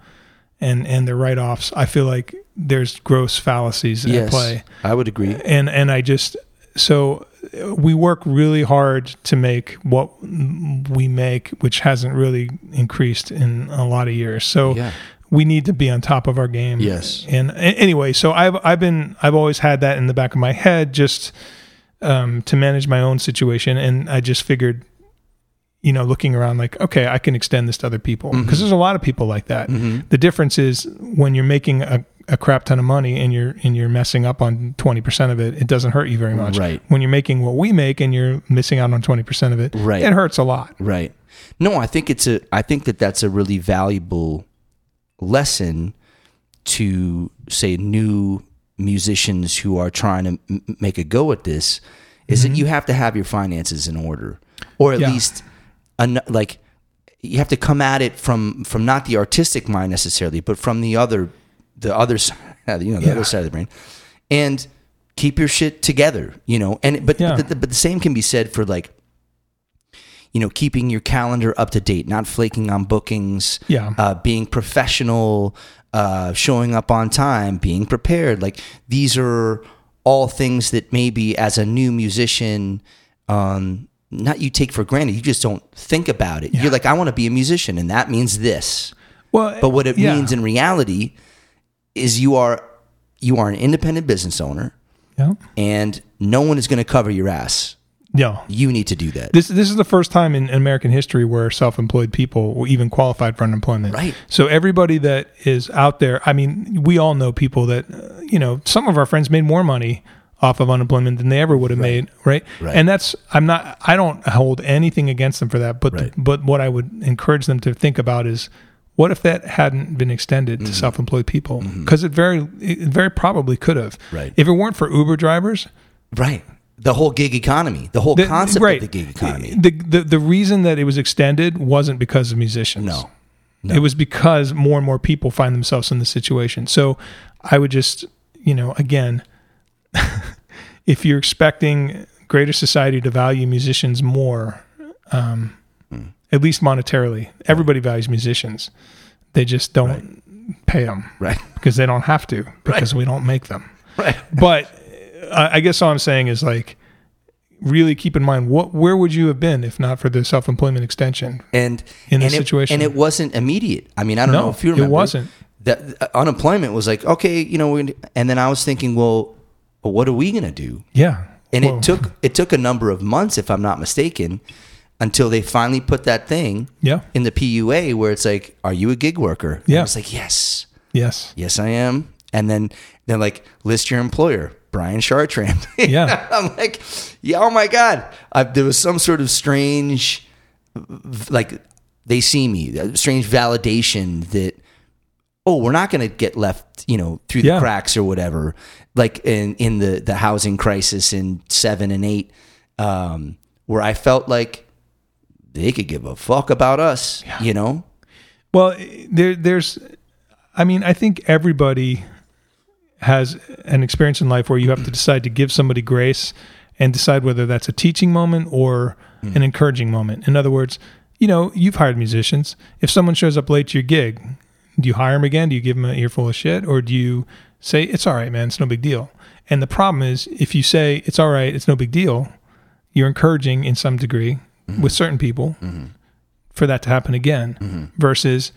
Speaker 3: and, and their write offs, I feel like there's gross fallacies at play.
Speaker 2: i would agree
Speaker 3: and and I just so uh, we work really hard to make what we make, which hasn't really increased in a lot of years. So
Speaker 2: Yeah.
Speaker 3: we need to be on top of our game.
Speaker 2: Yes.
Speaker 3: And a- anyway, so I've I've been I've always had that in the back of my head, just um, to manage my own situation, and I just figured. You know, looking around, like, okay, I can extend this to other people
Speaker 2: Mm-hmm.
Speaker 3: because there's a lot of people like that. The difference is when you're making a, a crap ton of money and you're and you're messing up on 20% of it, it doesn't hurt you very much.
Speaker 2: Right.
Speaker 3: When you're making what we make and you're missing out on 20% of it,
Speaker 2: Right.
Speaker 3: it hurts a lot.
Speaker 2: right no i think it's a i think that that's a really valuable lesson to say new musicians who are trying to m- make a go at this is that you have to have your finances in order or at
Speaker 3: Mm-hmm. Yeah.
Speaker 2: least an, like you have to come at it from from not the artistic mind necessarily but from the other the other side (laughs) you know the
Speaker 3: Yeah.
Speaker 2: other side of the brain and keep your shit together you know and but
Speaker 3: Yeah.
Speaker 2: but, the, but the same can be said for like you know keeping your calendar up to date not flaking on bookings
Speaker 3: Yeah.
Speaker 2: uh, being professional, uh, showing up on time, being prepared. Like these are all things that maybe as a new musician, um, not you take for granted. You just don't think about it. You're like, I want to be a musician, and that means this.
Speaker 3: Well,
Speaker 2: But what it
Speaker 3: yeah.
Speaker 2: means in reality is you are you are an independent business owner,
Speaker 3: yeah.
Speaker 2: and no one is going to cover your ass.
Speaker 3: No,
Speaker 2: You need to do that.
Speaker 3: This this is the first time in American history where self-employed people were even qualified for unemployment.
Speaker 2: Right.
Speaker 3: So everybody that is out there, I mean, we all know people that uh, you know, some of our friends made more money off of unemployment than they ever would have made, right?
Speaker 2: Right.
Speaker 3: And that's I'm not I don't hold anything against them for that, but the-
Speaker 2: Right.
Speaker 3: but what I would encourage them to think about is what if that hadn't been extended
Speaker 2: Mm-hmm.
Speaker 3: to self-employed people? Because it very, it very probably could have.
Speaker 2: Right.
Speaker 3: If it weren't for Uber drivers,
Speaker 2: right. The whole gig economy, the whole
Speaker 3: the-
Speaker 2: concept
Speaker 3: right.
Speaker 2: of the gig economy.
Speaker 3: The, the the reason that it was extended wasn't because of musicians.
Speaker 2: No. (laughs)
Speaker 3: It was because more and more people find themselves in this situation. So I would just, you know, again, (laughs) if you're expecting greater society to value musicians more, um,
Speaker 2: Hmm.
Speaker 3: at least monetarily, everybody values musicians. They just don't 'em pay them
Speaker 2: Right.
Speaker 3: because they don't have to because we don't make them
Speaker 2: Right.
Speaker 3: but uh, I guess all I'm saying is like really keep in mind what where would you have been if not for the self employment extension?
Speaker 2: And
Speaker 3: In this
Speaker 2: and it-
Speaker 3: situation.
Speaker 2: and it wasn't immediate. I mean, I don't
Speaker 3: No,
Speaker 2: know if you
Speaker 3: it
Speaker 2: remember.
Speaker 3: wasn't.
Speaker 2: That uh, unemployment was like, okay, you know, we're gonna, and then I was thinking, well, what are we going to do?
Speaker 3: Yeah.
Speaker 2: and
Speaker 3: Whoa.
Speaker 2: it took it took a number of months, if I'm not mistaken, until they finally put that thing
Speaker 3: Yeah.
Speaker 2: in the PUA where it's like, "Are you a gig worker?" And
Speaker 3: Yeah.
Speaker 2: I was like, "Yes,
Speaker 3: Yes.
Speaker 2: yes, I am." And then then like list your employer, Brian Chartrand. (laughs)
Speaker 3: Yeah.
Speaker 2: I'm like, yeah, oh my god, I, there was some sort of strange, v- like they see me, a strange validation that. Oh, we're not going to get left, you know, through the
Speaker 3: Yeah.
Speaker 2: cracks or whatever. Like in, in the, the housing crisis in seven and eight, um, where I felt like they could give a fuck about us, you know?
Speaker 3: Well, there there's I mean, I think everybody has an experience in life where you have to decide to give somebody grace and decide whether that's a teaching moment or an encouraging moment. In other words, you know, you've hired musicians. If someone shows up late to your gig, do you hire them again? Do you give them an earful of shit? Or do you say, it's all right, man, it's no big deal? And the problem is, if you say, it's all right, it's no big deal, you're encouraging in some degree with certain people for that to happen again versus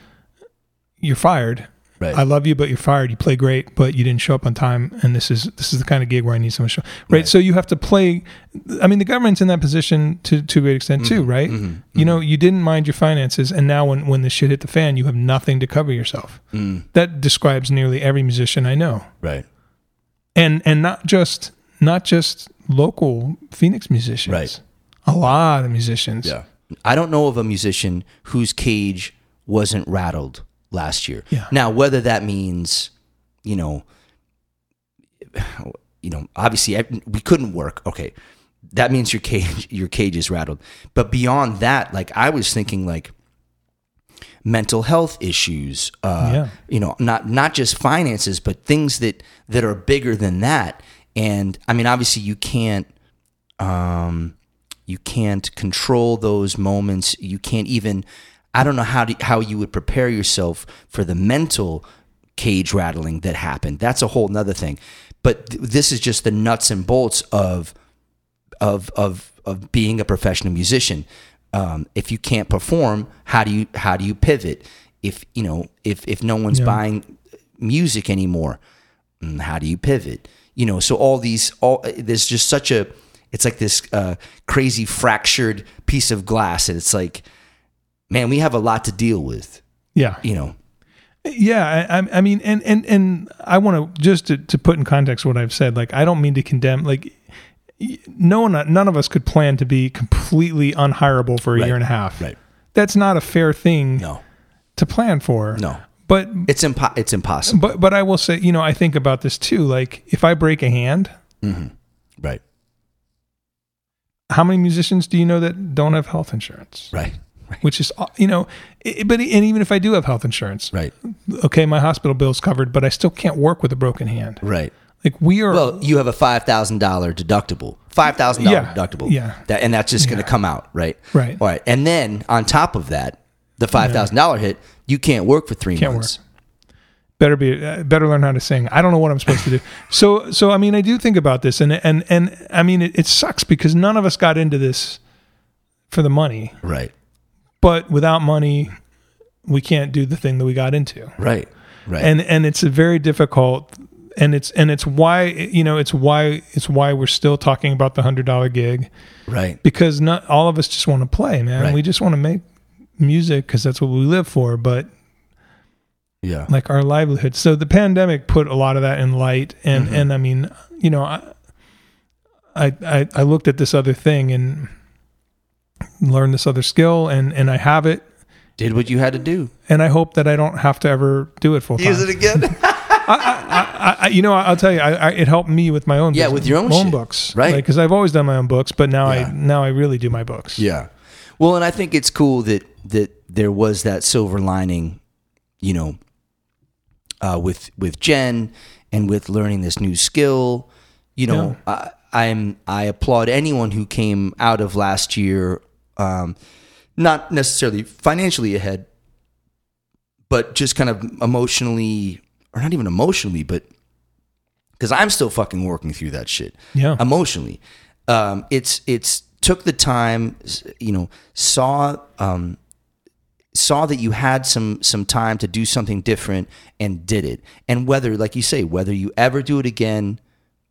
Speaker 3: you're fired.
Speaker 2: Mm-hmm. Right.
Speaker 3: I love you, but you're fired. You play great, but you didn't show up on time, and this is this is the kind of gig where I need someone to show. Right. So you have to play. I mean, the government's in that position to to a great extent
Speaker 2: Mm-hmm.
Speaker 3: too, right? You know, you didn't mind your finances, and now when when this shit hit the fan, you have nothing to cover yourself.
Speaker 2: Mm.
Speaker 3: That describes nearly every musician I know,
Speaker 2: Right.
Speaker 3: and and not just not just local Phoenix musicians,
Speaker 2: Right.
Speaker 3: A lot of musicians.
Speaker 2: I don't know of a musician whose cage wasn't rattled last year.
Speaker 3: Yeah.
Speaker 2: Now, whether that means, you know, you know, obviously I- we couldn't work. Okay. That means your cage (laughs) your cage is rattled. But beyond that, like I was thinking like mental health issues, uh,
Speaker 3: Yeah.
Speaker 2: you know, not not just finances, but things that that are bigger than that. And I mean, obviously you can't um, you can't control those moments. You can't even. I don't know how to, how you would prepare yourself for the mental cage rattling that happened. That's a whole nother thing. But th- this is just the nuts and bolts of of of of being a professional musician. Um, if you can't perform, how do you how do you pivot? If you know if if no one's buying music anymore, mm, how do you pivot? You know, so all these all there's just such a it's like this uh, crazy fractured piece of glass, and it's like, man, we have a lot to deal with.
Speaker 3: Yeah.
Speaker 2: You know,
Speaker 3: Yeah, I, I- I mean, and and and I want to just to, to put in context what I've said. Like, I don't mean to condemn. Like, y- no one, none of us could plan to be completely unhirable for a
Speaker 2: Right.
Speaker 3: year and a half.
Speaker 2: Right.
Speaker 3: That's not a fair thing
Speaker 2: no,
Speaker 3: to plan for.
Speaker 2: No.
Speaker 3: But
Speaker 2: it's impo- it's impossible,
Speaker 3: but but I will say, you know, I think about this too. Like, if I break a hand,
Speaker 2: right?
Speaker 3: how many musicians do you know that don't have health insurance?
Speaker 2: Right,
Speaker 3: Which is, uh, you know, it, but e, and even if I do have health insurance,
Speaker 2: right,
Speaker 3: okay, my hospital bill's covered, but I still can't work with a broken hand.
Speaker 2: right.
Speaker 3: Like we are
Speaker 2: Well, you have a five thousand dollar deductible, five thousand
Speaker 3: Yeah,
Speaker 2: dollar deductible,
Speaker 3: yeah.
Speaker 2: That, and that's just going to come out, right?
Speaker 3: Right.
Speaker 2: All right, and then on top of that, the five thousand dollar hit, you can't work for three
Speaker 3: Can't
Speaker 2: months.
Speaker 3: better be uh, better learn how to sing. I don't know what I'm supposed to do. (laughs) So so I mean I do think about this and and and I mean it, it sucks because none of us got into this for the money,
Speaker 2: Right,
Speaker 3: but without money we can't do the thing that we got into.
Speaker 2: right, right.
Speaker 3: And and it's a very difficult and it's and it's why you know it's why it's why we're still talking about the hundred dollar gig
Speaker 2: Right.
Speaker 3: because not all of us just want to play, man.
Speaker 2: Right.
Speaker 3: We just want to make music because that's what we live for. But
Speaker 2: Yeah.
Speaker 3: like our livelihood. So the pandemic put a lot of that in light, and
Speaker 2: Mm-hmm.
Speaker 3: and I mean, you know, I, I I I looked at this other thing and learned this other skill, and and I have it,
Speaker 2: Did what you had to do.
Speaker 3: and I hope that I don't have to ever do it full time.
Speaker 2: again.
Speaker 3: I, I, you know, I'll tell you, I, I, it helped me with my own
Speaker 2: Yeah,
Speaker 3: business-
Speaker 2: with your own
Speaker 3: my own
Speaker 2: shit,
Speaker 3: books,
Speaker 2: right.
Speaker 3: Because I've always done my own books, but now
Speaker 2: Yeah.
Speaker 3: I now I really do my
Speaker 2: (laughs)
Speaker 3: books.
Speaker 2: yeah. Well, and I think it's cool that that there was that silver lining, you know, uh, with with Jen and with learning this new skill. You know, I, I'm I applaud anyone who came out of last year, um, not necessarily financially ahead, but just kind of emotionally, or not even emotionally, but because I'm still fucking working through that shit.
Speaker 3: Yeah.
Speaker 2: emotionally. Um, it's it's took the time, s- you know, saw um, saw that you had some some time to do something different and did it. And whether, like you say, whether you ever do it again,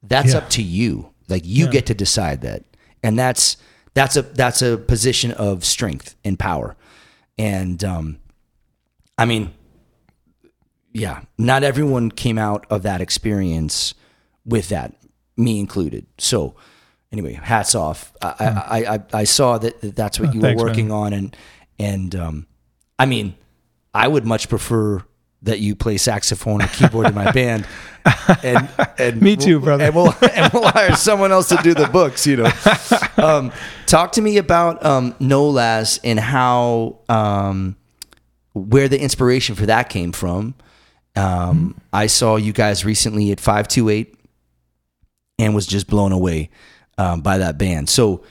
Speaker 2: that's
Speaker 3: Yeah.
Speaker 2: up to you. Like you
Speaker 3: Yeah.
Speaker 2: get to decide that, and that's that's a that's a position of strength and power. And um, I mean, yeah, not everyone came out of that experience with that, me included. So, anyway, hats off. I I, I, I saw that that that's what you
Speaker 3: Hmm. Oh, thanks,
Speaker 2: were
Speaker 3: man.
Speaker 2: working on, and and um, I mean, I would much prefer that you play saxophone or keyboard
Speaker 3: (laughs)
Speaker 2: in my band. And, and
Speaker 3: Me too, brother.
Speaker 2: And we'll, (laughs) and we'll hire someone else to do the books,
Speaker 3: (laughs)
Speaker 2: you know. Um, talk to me about um, NOLAS and how um, where the inspiration for that came from.
Speaker 3: Hmm.
Speaker 2: Um, I saw you guys recently at 528 and was just blown away um, by that band. So,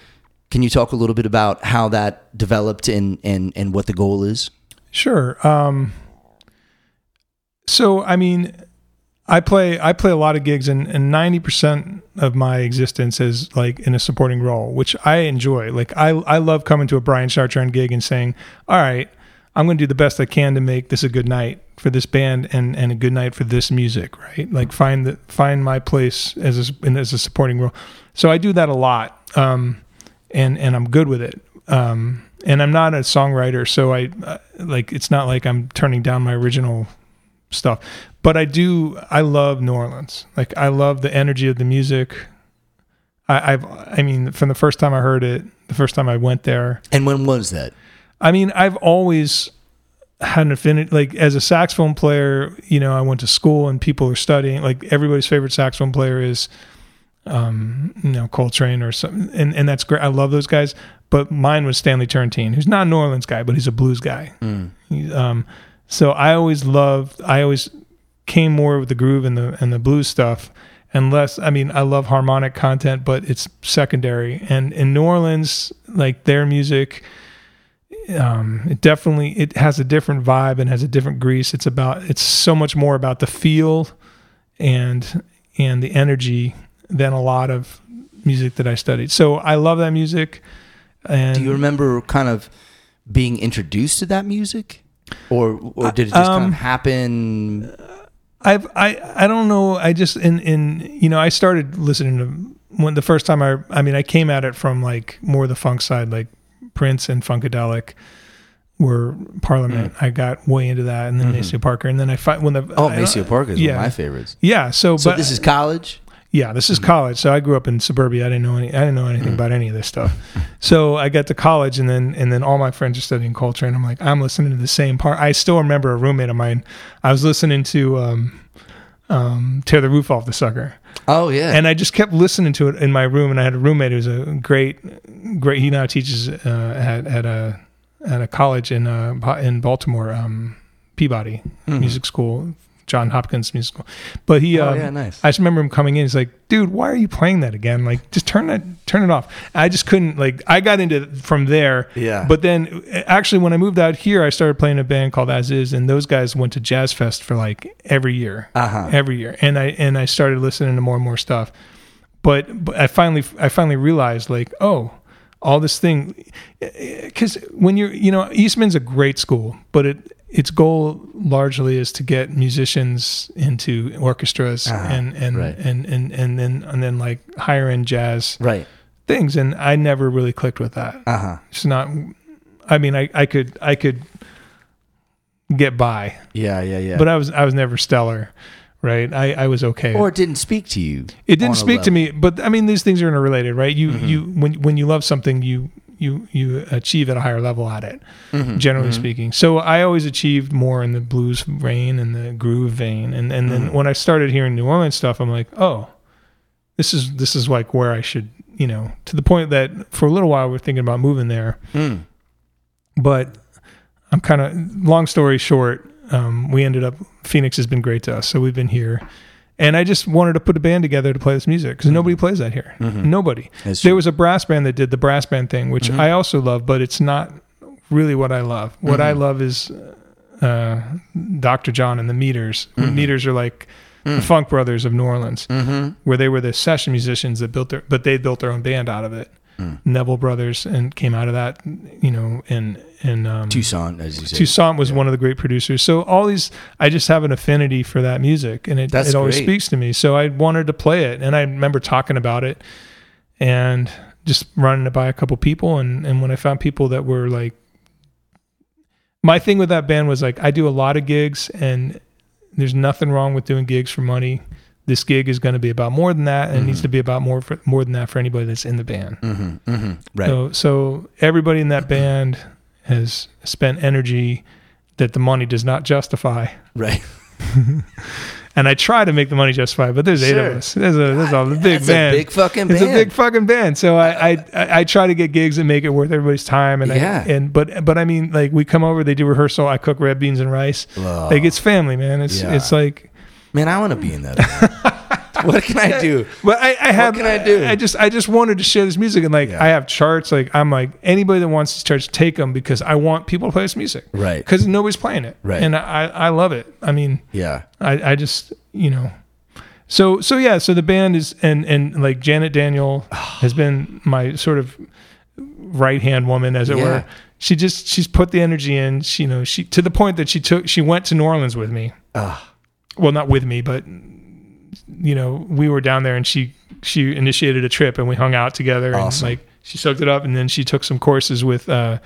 Speaker 2: can you talk a little bit about how that developed and, and, and what the goal is?
Speaker 3: Sure. Um, so I mean, I play I play a lot of gigs, and and ninety percent of my existence is like in a supporting role, which I enjoy. Like I I love coming to a Brian Chartrand gig and saying, "All right, I'm going to do the best I can to make this a good night for this band and and a good night for this music." Right? Like find the find my place as a, in- as a supporting role. So I do that a lot, um, and and I'm good with it. Um, and I'm not a songwriter, so I uh, like it's not like I'm turning down my original stuff. But I do. I love New Orleans. Like I love the energy of the music. I, I've. I mean, from the first time I heard it, the first time I went there.
Speaker 2: And when was that?
Speaker 3: I mean, I've always had an affinity. Like as a saxophone player, you know, I went to school and people are studying. Like everybody's favorite saxophone player is, um, you know, Coltrane or something. And and that's great. I love those guys. But mine was Stanley Turrentine, who's not a New Orleans guy, but he's a blues guy. He- Um, so I always loved. I always came more with the groove and the and the blues stuff. Unless I mean, I love harmonic content, but it's secondary. And in New Orleans, like their music, um, it definitely it has a different vibe and has a different grease. It's about it's so much more about the feel and and the energy than a lot of music that I studied. So I love that music. And
Speaker 2: Do you remember kind of being introduced to that music? Or, or did it just kind
Speaker 3: Um,
Speaker 2: of happen?
Speaker 3: I've I I don't know. I just in in you know I started listening to when the first time I I mean I came at it from like more the funk side like Prince and Funkadelic were Parliament. I got way into that and then Maceo Parker and then I find when the
Speaker 2: Mm. Mm-hmm. Oh,
Speaker 3: I-
Speaker 2: Maceo Parker is
Speaker 3: yeah.
Speaker 2: one of my favorites.
Speaker 3: Yeah, so,
Speaker 2: So
Speaker 3: but
Speaker 2: this is college?
Speaker 3: yeah, this is
Speaker 2: Mm-hmm.
Speaker 3: college. So I grew up in suburbia. I didn't know any. I didn't know anything about any of this stuff. So I got to college, and then and then all my friends are studying culture, and I'm like, I'm listening to the same part. I still remember a roommate of mine. I was listening to um, um, tear the roof off the sucker,
Speaker 2: Oh, yeah.
Speaker 3: and I just kept listening to it in my room. And I had a roommate who was a great, great. He now teaches uh, at at a at a college in uh, Ba- in Baltimore, um, Peabody Music School, John Hopkins Music School. But he,
Speaker 2: Mm-hmm. Oh,
Speaker 3: um,
Speaker 2: yeah, nice.
Speaker 3: I just remember him coming in. He's like, "Dude, why are you playing that again? Like, just turn that, turn it off." I just couldn't. Like, I got into it from there.
Speaker 2: Yeah.
Speaker 3: But then, uh, actually, when I moved out here, I started playing a band called As Is, and those guys went to Jazz Fest for like every year
Speaker 2: Uh-huh.
Speaker 3: every year and i and i started listening to more and more stuff but, but i finally i finally realized like oh all this thing because when you're you know eastman's a great school but it its goal largely is to get musicians into orchestras
Speaker 2: Ah,
Speaker 3: and and,
Speaker 2: right.
Speaker 3: and and and then and then like higher end jazz
Speaker 2: Right.
Speaker 3: things. And I never really clicked with that.
Speaker 2: Uh huh.
Speaker 3: It's not. I mean, I, I could I could get by,
Speaker 2: Yeah, yeah, yeah.
Speaker 3: but I was I was never stellar, right? I I was okay.
Speaker 2: or it didn't speak to you.
Speaker 3: it didn't
Speaker 2: on a
Speaker 3: speak to
Speaker 2: level. Mm-hmm.
Speaker 3: me, but I mean, these things are interrelated, right? You you when when you love something, you you you achieve at a higher level at it
Speaker 2: Mm-hmm.
Speaker 3: generally speaking. So I always achieved more in the blues vein and the groove vein, and and
Speaker 2: Mm-hmm.
Speaker 3: then when I started hearing New Orleans stuff, I'm like, oh, this is this is like where I should, you know, to the point that for a little while we are thinking about moving there,
Speaker 2: Mm.
Speaker 3: but I'm kind of long story short, um, we ended up Phoenix has been great to us, so we've been here. And I just wanted to put a band together to play this music because nobody plays that here. Nobody.
Speaker 2: That's
Speaker 3: There
Speaker 2: true.
Speaker 3: was a brass band that did the brass band thing, which I also love, but it's not really what I love. What I love is uh, Dr. John and the Meters. The Meters are like the Funk Brothers of New Orleans,
Speaker 2: Mm-hmm.
Speaker 3: where they were the session musicians that built their, but they built their own band out of it. Neville Brothers and came out of that, you know, and and um,
Speaker 2: Tucson, as you said.
Speaker 3: Toussaint was one of the great producers. So all these, I just have an affinity for that music, and it
Speaker 2: That's
Speaker 3: it always
Speaker 2: great.
Speaker 3: speaks to me. So I wanted to play it, and I remember talking about it, and just running it by a couple people, and and when I found people that were like, my thing with that band was like, I do a lot of gigs, and there's nothing wrong with doing gigs for money. This gig is going to be about more than that, and it needs
Speaker 2: Mm-hmm.
Speaker 3: to be about more for, more than that for anybody that's in the band.
Speaker 2: Mm-hmm. Right.
Speaker 3: So, so everybody in that band has spent energy that the money does not justify.
Speaker 2: Right.
Speaker 3: And I try to make the money justify, but there's eight
Speaker 2: Sure.
Speaker 3: of us. There's a there's a big
Speaker 2: That's
Speaker 3: band.
Speaker 2: a big fucking
Speaker 3: it's
Speaker 2: band.
Speaker 3: a big fucking band. So I, I I I try to get gigs and make it worth everybody's time. And
Speaker 2: Yeah.
Speaker 3: I, and but but I mean like we come over, they do rehearsal. I cook red beans and rice.
Speaker 2: Oh.
Speaker 3: like it's family, man. It's
Speaker 2: Yeah.
Speaker 3: it's like
Speaker 2: Man, I want to be in that.
Speaker 3: (laughs)
Speaker 2: band. what can I do?
Speaker 3: But I, I have.
Speaker 2: can I do?
Speaker 3: I just, I just wanted to share this music, and like,
Speaker 2: Yeah.
Speaker 3: I have charts. Like, I'm like, anybody that wants these charts, take them because I want people to play this music,
Speaker 2: Right.
Speaker 3: Because nobody's playing it,
Speaker 2: Right.
Speaker 3: And I, I love it. I mean,
Speaker 2: Yeah.
Speaker 3: I, I just, you know, so, so yeah. So the band is, and and like Janet Daniel
Speaker 2: (sighs)
Speaker 3: has been my sort of right hand woman, as it
Speaker 2: Yeah.
Speaker 3: were. She just, she's put the energy in. She, you know, she to the point that she took, she went to New Orleans with me
Speaker 2: Ah.
Speaker 3: well not with me but you know we were down there and she she initiated a trip and we hung out together
Speaker 2: Awesome.
Speaker 3: and like she soaked it up and then she took some courses with uh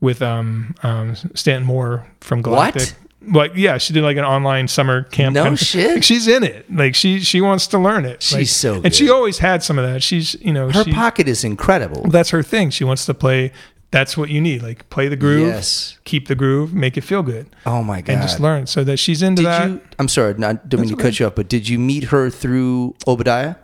Speaker 3: with um um Stanton Moore from Galactic Like yeah, she did like an online summer camp.
Speaker 2: No
Speaker 3: kind of-
Speaker 2: shit.
Speaker 3: Like, she's in it. Like she she wants to learn it.
Speaker 2: She's
Speaker 3: Like,
Speaker 2: so
Speaker 3: And she
Speaker 2: good.
Speaker 3: always had some of that. She's you know
Speaker 2: her
Speaker 3: she,
Speaker 2: pocket is incredible.
Speaker 3: that's her thing. She wants to play. That's what you need. Like play the groove,
Speaker 2: Yes.
Speaker 3: keep the groove, make it feel good,
Speaker 2: Oh my god.
Speaker 3: and just learn. So that she's into
Speaker 2: did
Speaker 3: that.
Speaker 2: you? I'm sorry. Not don't mean to cut you off, but did you meet her through Obadiah?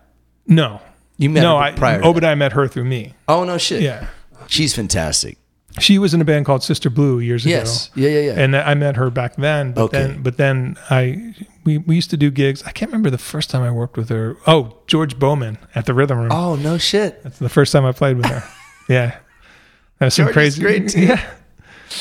Speaker 3: No,
Speaker 2: You met
Speaker 3: no,
Speaker 2: her
Speaker 3: I,
Speaker 2: prior. to
Speaker 3: Obadiah met her through me.
Speaker 2: that. Oh no shit.
Speaker 3: Yeah.
Speaker 2: She's fantastic.
Speaker 3: She was in a band called Sister Blue years
Speaker 2: Yes.
Speaker 3: ago.
Speaker 2: Yeah. Yeah. Yeah.
Speaker 3: And I met her back then. But
Speaker 2: Okay.
Speaker 3: then but then I we, we used to do gigs. I can't remember the first time I worked with her. Oh, George Bowman at the Rhythm Room.
Speaker 2: oh no shit.
Speaker 3: That's the first time I played
Speaker 2: (laughs)
Speaker 3: with her. yeah. That was some
Speaker 2: George is
Speaker 3: crazy (laughs)
Speaker 2: great, too.
Speaker 3: Yeah.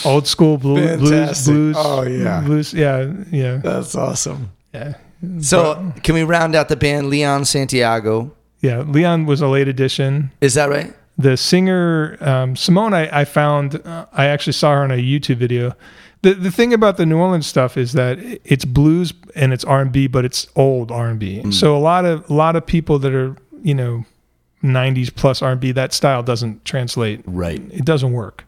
Speaker 3: Old school blue, blues
Speaker 2: Fantastic.
Speaker 3: blues.
Speaker 2: Oh, yeah.
Speaker 3: Blues yeah, yeah.
Speaker 2: That's awesome.
Speaker 3: Yeah.
Speaker 2: So can we round out the band? Leon Santiago.
Speaker 3: Yeah. Leon was a late addition.
Speaker 2: Is that right?
Speaker 3: the singer um, Simone, I, I found uh, I actually saw her on a YouTube video. The the thing about the New Orleans stuff is that it's blues and it's R and B, but it's old R and B. So a lot of a lot of people that are you know '90s plus R and B that style doesn't translate.
Speaker 2: Right.
Speaker 3: It doesn't work.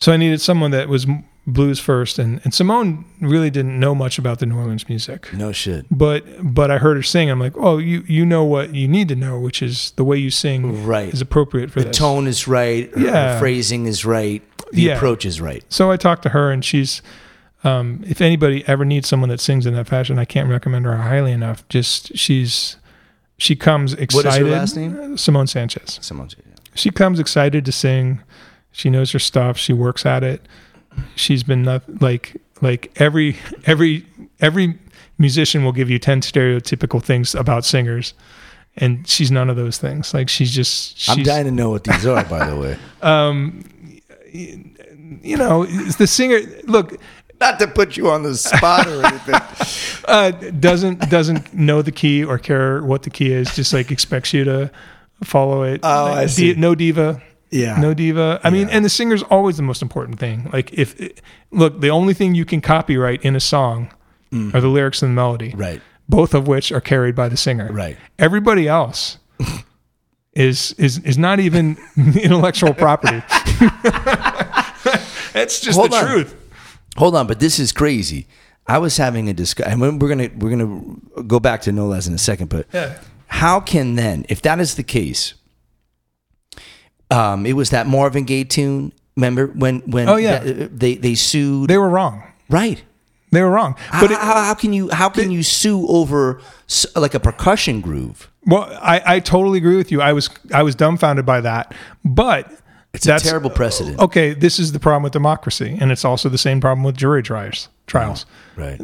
Speaker 3: So I needed someone that was m- blues first, and and Simone really didn't know much about the New Orleans music
Speaker 2: No shit.
Speaker 3: but but I heard her sing. I'm like, oh, you you know what you need to know, which is the way you sing
Speaker 2: Right.
Speaker 3: is appropriate for
Speaker 2: The
Speaker 3: this.
Speaker 2: tone is right. her- her
Speaker 3: Yeah.
Speaker 2: phrasing is right. The
Speaker 3: Yeah.
Speaker 2: approach is right.
Speaker 3: So I talked to her, and she's, um, if anybody ever needs someone that sings in that fashion, I can't recommend her highly enough. Just she's she comes
Speaker 2: What
Speaker 3: excited. Uh,
Speaker 2: is her last name?
Speaker 3: Simone Sanchez.
Speaker 2: Someone's.
Speaker 3: She comes excited to sing. She knows her stuff. She works at it. She's been not, like like every every every musician will give you 10 stereotypical things about singers and she's none of those things. Like she's just she's,
Speaker 2: I'm dying to know what these are, by the way.
Speaker 3: you know, it's the singer look
Speaker 2: (laughs) Not to put you on the spot or anything.
Speaker 3: uh, doesn't doesn't know the key or care what the key is. Just like expects you to follow it.
Speaker 2: Oh, I
Speaker 3: Like,
Speaker 2: see.
Speaker 3: no diva.
Speaker 2: (laughs) Yeah.
Speaker 3: no diva. I mean, and the singer's always the most important thing. Like if look, the only thing you can copyright in a song are the lyrics and the melody.
Speaker 2: Mm. Right.
Speaker 3: Both of which are carried by the singer.
Speaker 2: Right. (laughs)
Speaker 3: Everybody else is is is not even (laughs)
Speaker 2: (laughs)
Speaker 3: intellectual property. That's just
Speaker 2: Hold
Speaker 3: the
Speaker 2: on.
Speaker 3: truth.
Speaker 2: Hold on, but this is crazy. I was having a discussion, and we're gonna we're gonna go back to no less in a second. But
Speaker 3: Yeah.
Speaker 2: how can then, if that is the case, um, it was that Marvin Gaye tune. Remember when when
Speaker 3: Oh, yeah.
Speaker 2: that- uh, they they sued
Speaker 3: They were wrong.
Speaker 2: right.
Speaker 3: They were wrong.
Speaker 2: But how, how, how can you how can you sue over s- like a percussion groove?
Speaker 3: Well, I, I totally agree with you. I was I was dumbfounded by that, but it's
Speaker 2: a terrible precedent.
Speaker 3: Okay, this is the problem with democracy, and it's also the same problem with jury trials. Trials,
Speaker 2: Right,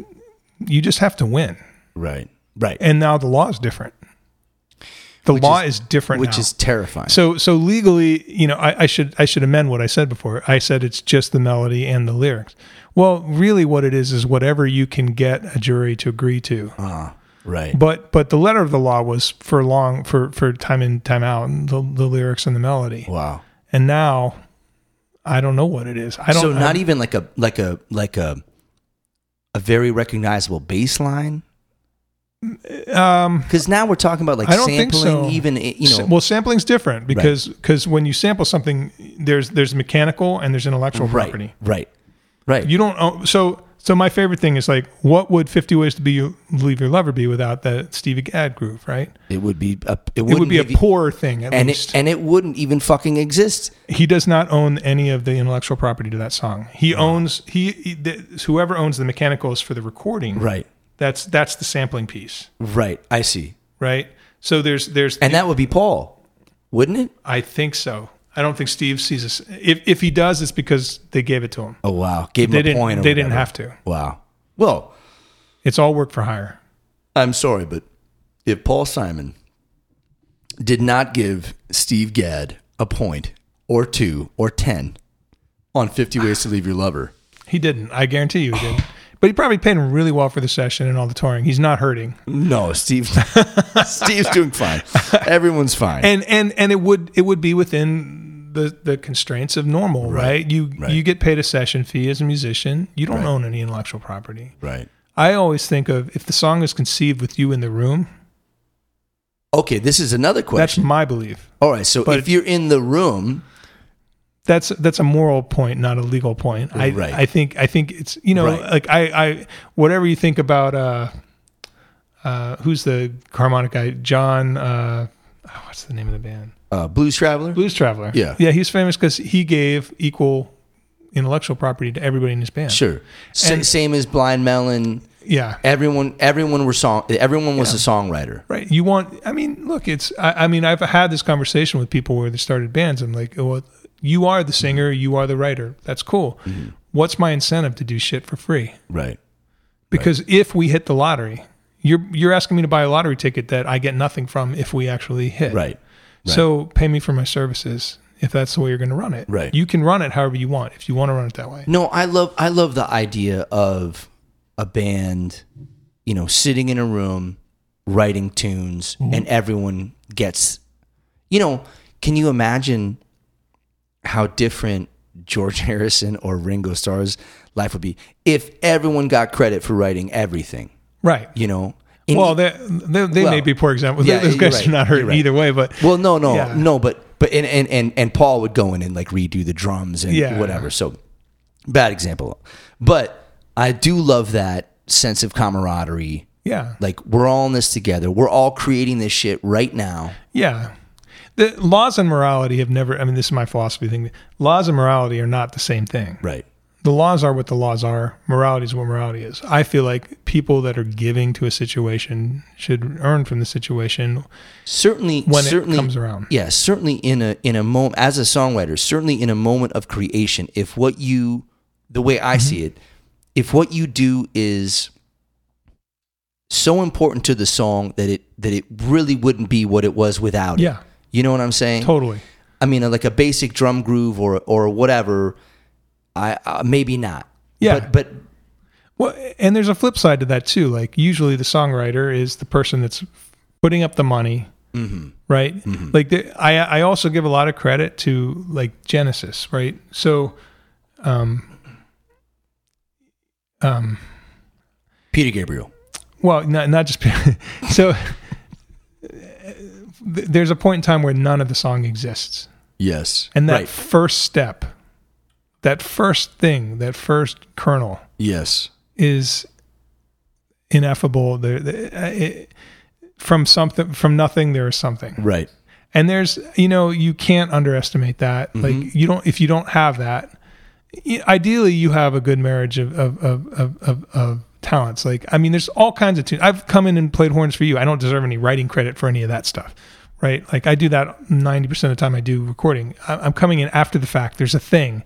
Speaker 3: you just have to win,
Speaker 2: right, right.
Speaker 3: and now the law is different. The law is, different,
Speaker 2: which
Speaker 3: now.
Speaker 2: is terrifying.
Speaker 3: so so legally. You know, I, I should I should amend what I said before. I said it's just the melody and the lyrics. Well, really, what it is is whatever you can get a jury to agree to.
Speaker 2: right,
Speaker 3: But but the letter of the law was for long for for time in time out and the, the lyrics and the melody.
Speaker 2: wow.
Speaker 3: And now I don't know what it is. I don't.
Speaker 2: So not
Speaker 3: I,
Speaker 2: even like a like a like a a very recognizable bass line. Um, because now we're talking about like
Speaker 3: I don't
Speaker 2: sampling,
Speaker 3: think so.
Speaker 2: even you know,
Speaker 3: well, sampling's different because because when you sample something, there's there's mechanical and there's intellectual
Speaker 2: right,
Speaker 3: property.
Speaker 2: right, right.
Speaker 3: You don't. own- So so my favorite thing is like, what would Fifty Ways to Be You- Leave Your Lover be without that Stevie Gadd groove? Right.
Speaker 2: it would be a it,
Speaker 3: It would
Speaker 2: wouldn't
Speaker 3: be a
Speaker 2: even-
Speaker 3: poor thing at
Speaker 2: and it,
Speaker 3: least.
Speaker 2: and it wouldn't even fucking exist.
Speaker 3: he does not own any of the intellectual property to that song. He owns he, he th- whoever owns the mechanicals for the recording.
Speaker 2: Right,
Speaker 3: That's that's the sampling piece,
Speaker 2: right. I see,
Speaker 3: right? So there's there's
Speaker 2: and that would be Paul, wouldn't it?
Speaker 3: I think so. I don't think Steve sees us. If if he does, it's because they gave it to him.
Speaker 2: Oh wow, gave him
Speaker 3: They
Speaker 2: a
Speaker 3: didn't.
Speaker 2: point. or
Speaker 3: They didn't
Speaker 2: whatever.
Speaker 3: have to.
Speaker 2: Wow. Well,
Speaker 3: It's all work for hire.
Speaker 2: I'm sorry, but if Paul Simon did not give Steve Gadd a point or two or 10 on 50 Ways to Leave Your Lover,
Speaker 3: He didn't. I guarantee you he didn't. But he probably paid him really well for the session and all the touring. He's not hurting.
Speaker 2: (laughs) no, Steve, (laughs) Steve's doing fine. Everyone's fine.
Speaker 3: and and and it would it would be within the the constraints of normal, right? You
Speaker 2: right.
Speaker 3: you get paid a session fee as a musician. You don't own any intellectual property.
Speaker 2: right.
Speaker 3: I always think of if the song is conceived with you in the room.
Speaker 2: Okay, this is another
Speaker 3: That's
Speaker 2: question.
Speaker 3: my belief.
Speaker 2: All right, so if you're in the room,
Speaker 3: That's that's a moral point, not a legal point. I
Speaker 2: Right.
Speaker 3: I think I think it's you know
Speaker 2: Right.
Speaker 3: like I I whatever you think about uh uh who's the harmonic guy John uh oh, what's the name of the band
Speaker 2: uh, Blues Traveler,
Speaker 3: Blues Traveler
Speaker 2: Yeah.
Speaker 3: yeah he's famous because he gave equal intellectual property to everybody in his band
Speaker 2: sure. Sa-
Speaker 3: And-
Speaker 2: same as Blind Melon.
Speaker 3: Yeah.
Speaker 2: Everyone, everyone were song. Everyone was a songwriter.
Speaker 3: Right. You want, I mean, look, it's, I, I mean, I've had this conversation with people where they started bands. I'm like, well, you are the singer, you are the writer. That's cool. What's my incentive to do shit for free?
Speaker 2: Mm-hmm. Right.
Speaker 3: Because if we hit the lottery, you're, you're asking me to buy a lottery ticket that I get nothing from if we actually hit.
Speaker 2: Right.
Speaker 3: So pay me for my services if that's the way you're going to run it.
Speaker 2: Right.
Speaker 3: You can run it however you want if you want to run it that way.
Speaker 2: No, I love I love the idea of a band, you know, sitting in a room writing tunes and everyone gets you know, can you imagine how different George (laughs) Harrison or Ringo Starr's life would be if everyone got credit for writing everything,
Speaker 3: Right.
Speaker 2: you know? And
Speaker 3: Well, they, they, they may
Speaker 2: e- Well,
Speaker 3: be poor example.
Speaker 2: yeah,
Speaker 3: Those
Speaker 2: you're
Speaker 3: guys
Speaker 2: right.
Speaker 3: are not hurt
Speaker 2: You're right.
Speaker 3: either way, but
Speaker 2: Well, no, no,
Speaker 3: Yeah.
Speaker 2: no, but but and, and and and Paul would go in and like redo the drums and
Speaker 3: Yeah.
Speaker 2: whatever. So bad example, but I do love that sense of camaraderie.
Speaker 3: yeah.
Speaker 2: Like we're all in this together. We're all creating this shit right now.
Speaker 3: Yeah. The laws and morality have never, I mean, this is my philosophy thing. Laws and morality are not the same thing.
Speaker 2: Right.
Speaker 3: The laws are what the laws are. Morality is what morality is. I feel like people that are giving to a situation should earn from the situation.
Speaker 2: Certainly,
Speaker 3: When it
Speaker 2: certainly e-
Speaker 3: comes around.
Speaker 2: Yeah, certainly in a in a moment as a songwriter, certainly in a moment of creation, if what you the way I see it, if what you do is so important to the song that it that it really wouldn't be what it was without
Speaker 3: Yeah.
Speaker 2: it. You know what I'm saying?
Speaker 3: Totally.
Speaker 2: I mean, like a basic drum groove or or whatever. I uh, maybe not.
Speaker 3: Yeah.
Speaker 2: But, but
Speaker 3: Well, and there's a flip side to that too. Like usually the songwriter is the person that's putting up the money right? Like the, I I also give a lot of credit to like Genesis, right? So
Speaker 2: Peter Gabriel.
Speaker 3: well, not not just (laughs) so. uh, th- There's a point in time where none of the song exists.
Speaker 4: Yes.
Speaker 3: And that
Speaker 4: right.
Speaker 3: first step, that first thing, that first kernel
Speaker 4: Yes.
Speaker 3: is ineffable. There, there- uh, it, from something, from nothing, there is something.
Speaker 4: Right.
Speaker 3: And there's, you know, you can't underestimate that. Like you don't, if you don't have that, i- ideally you have a good marriage of of of of, of, of talents. Like I mean, there's all kinds of tunes. I've come in and played horns for you. I don't deserve any writing credit for any of that stuff. Right, like I do that ninety percent of the time. I do recording. I- I'm coming in after the fact. There's a thing,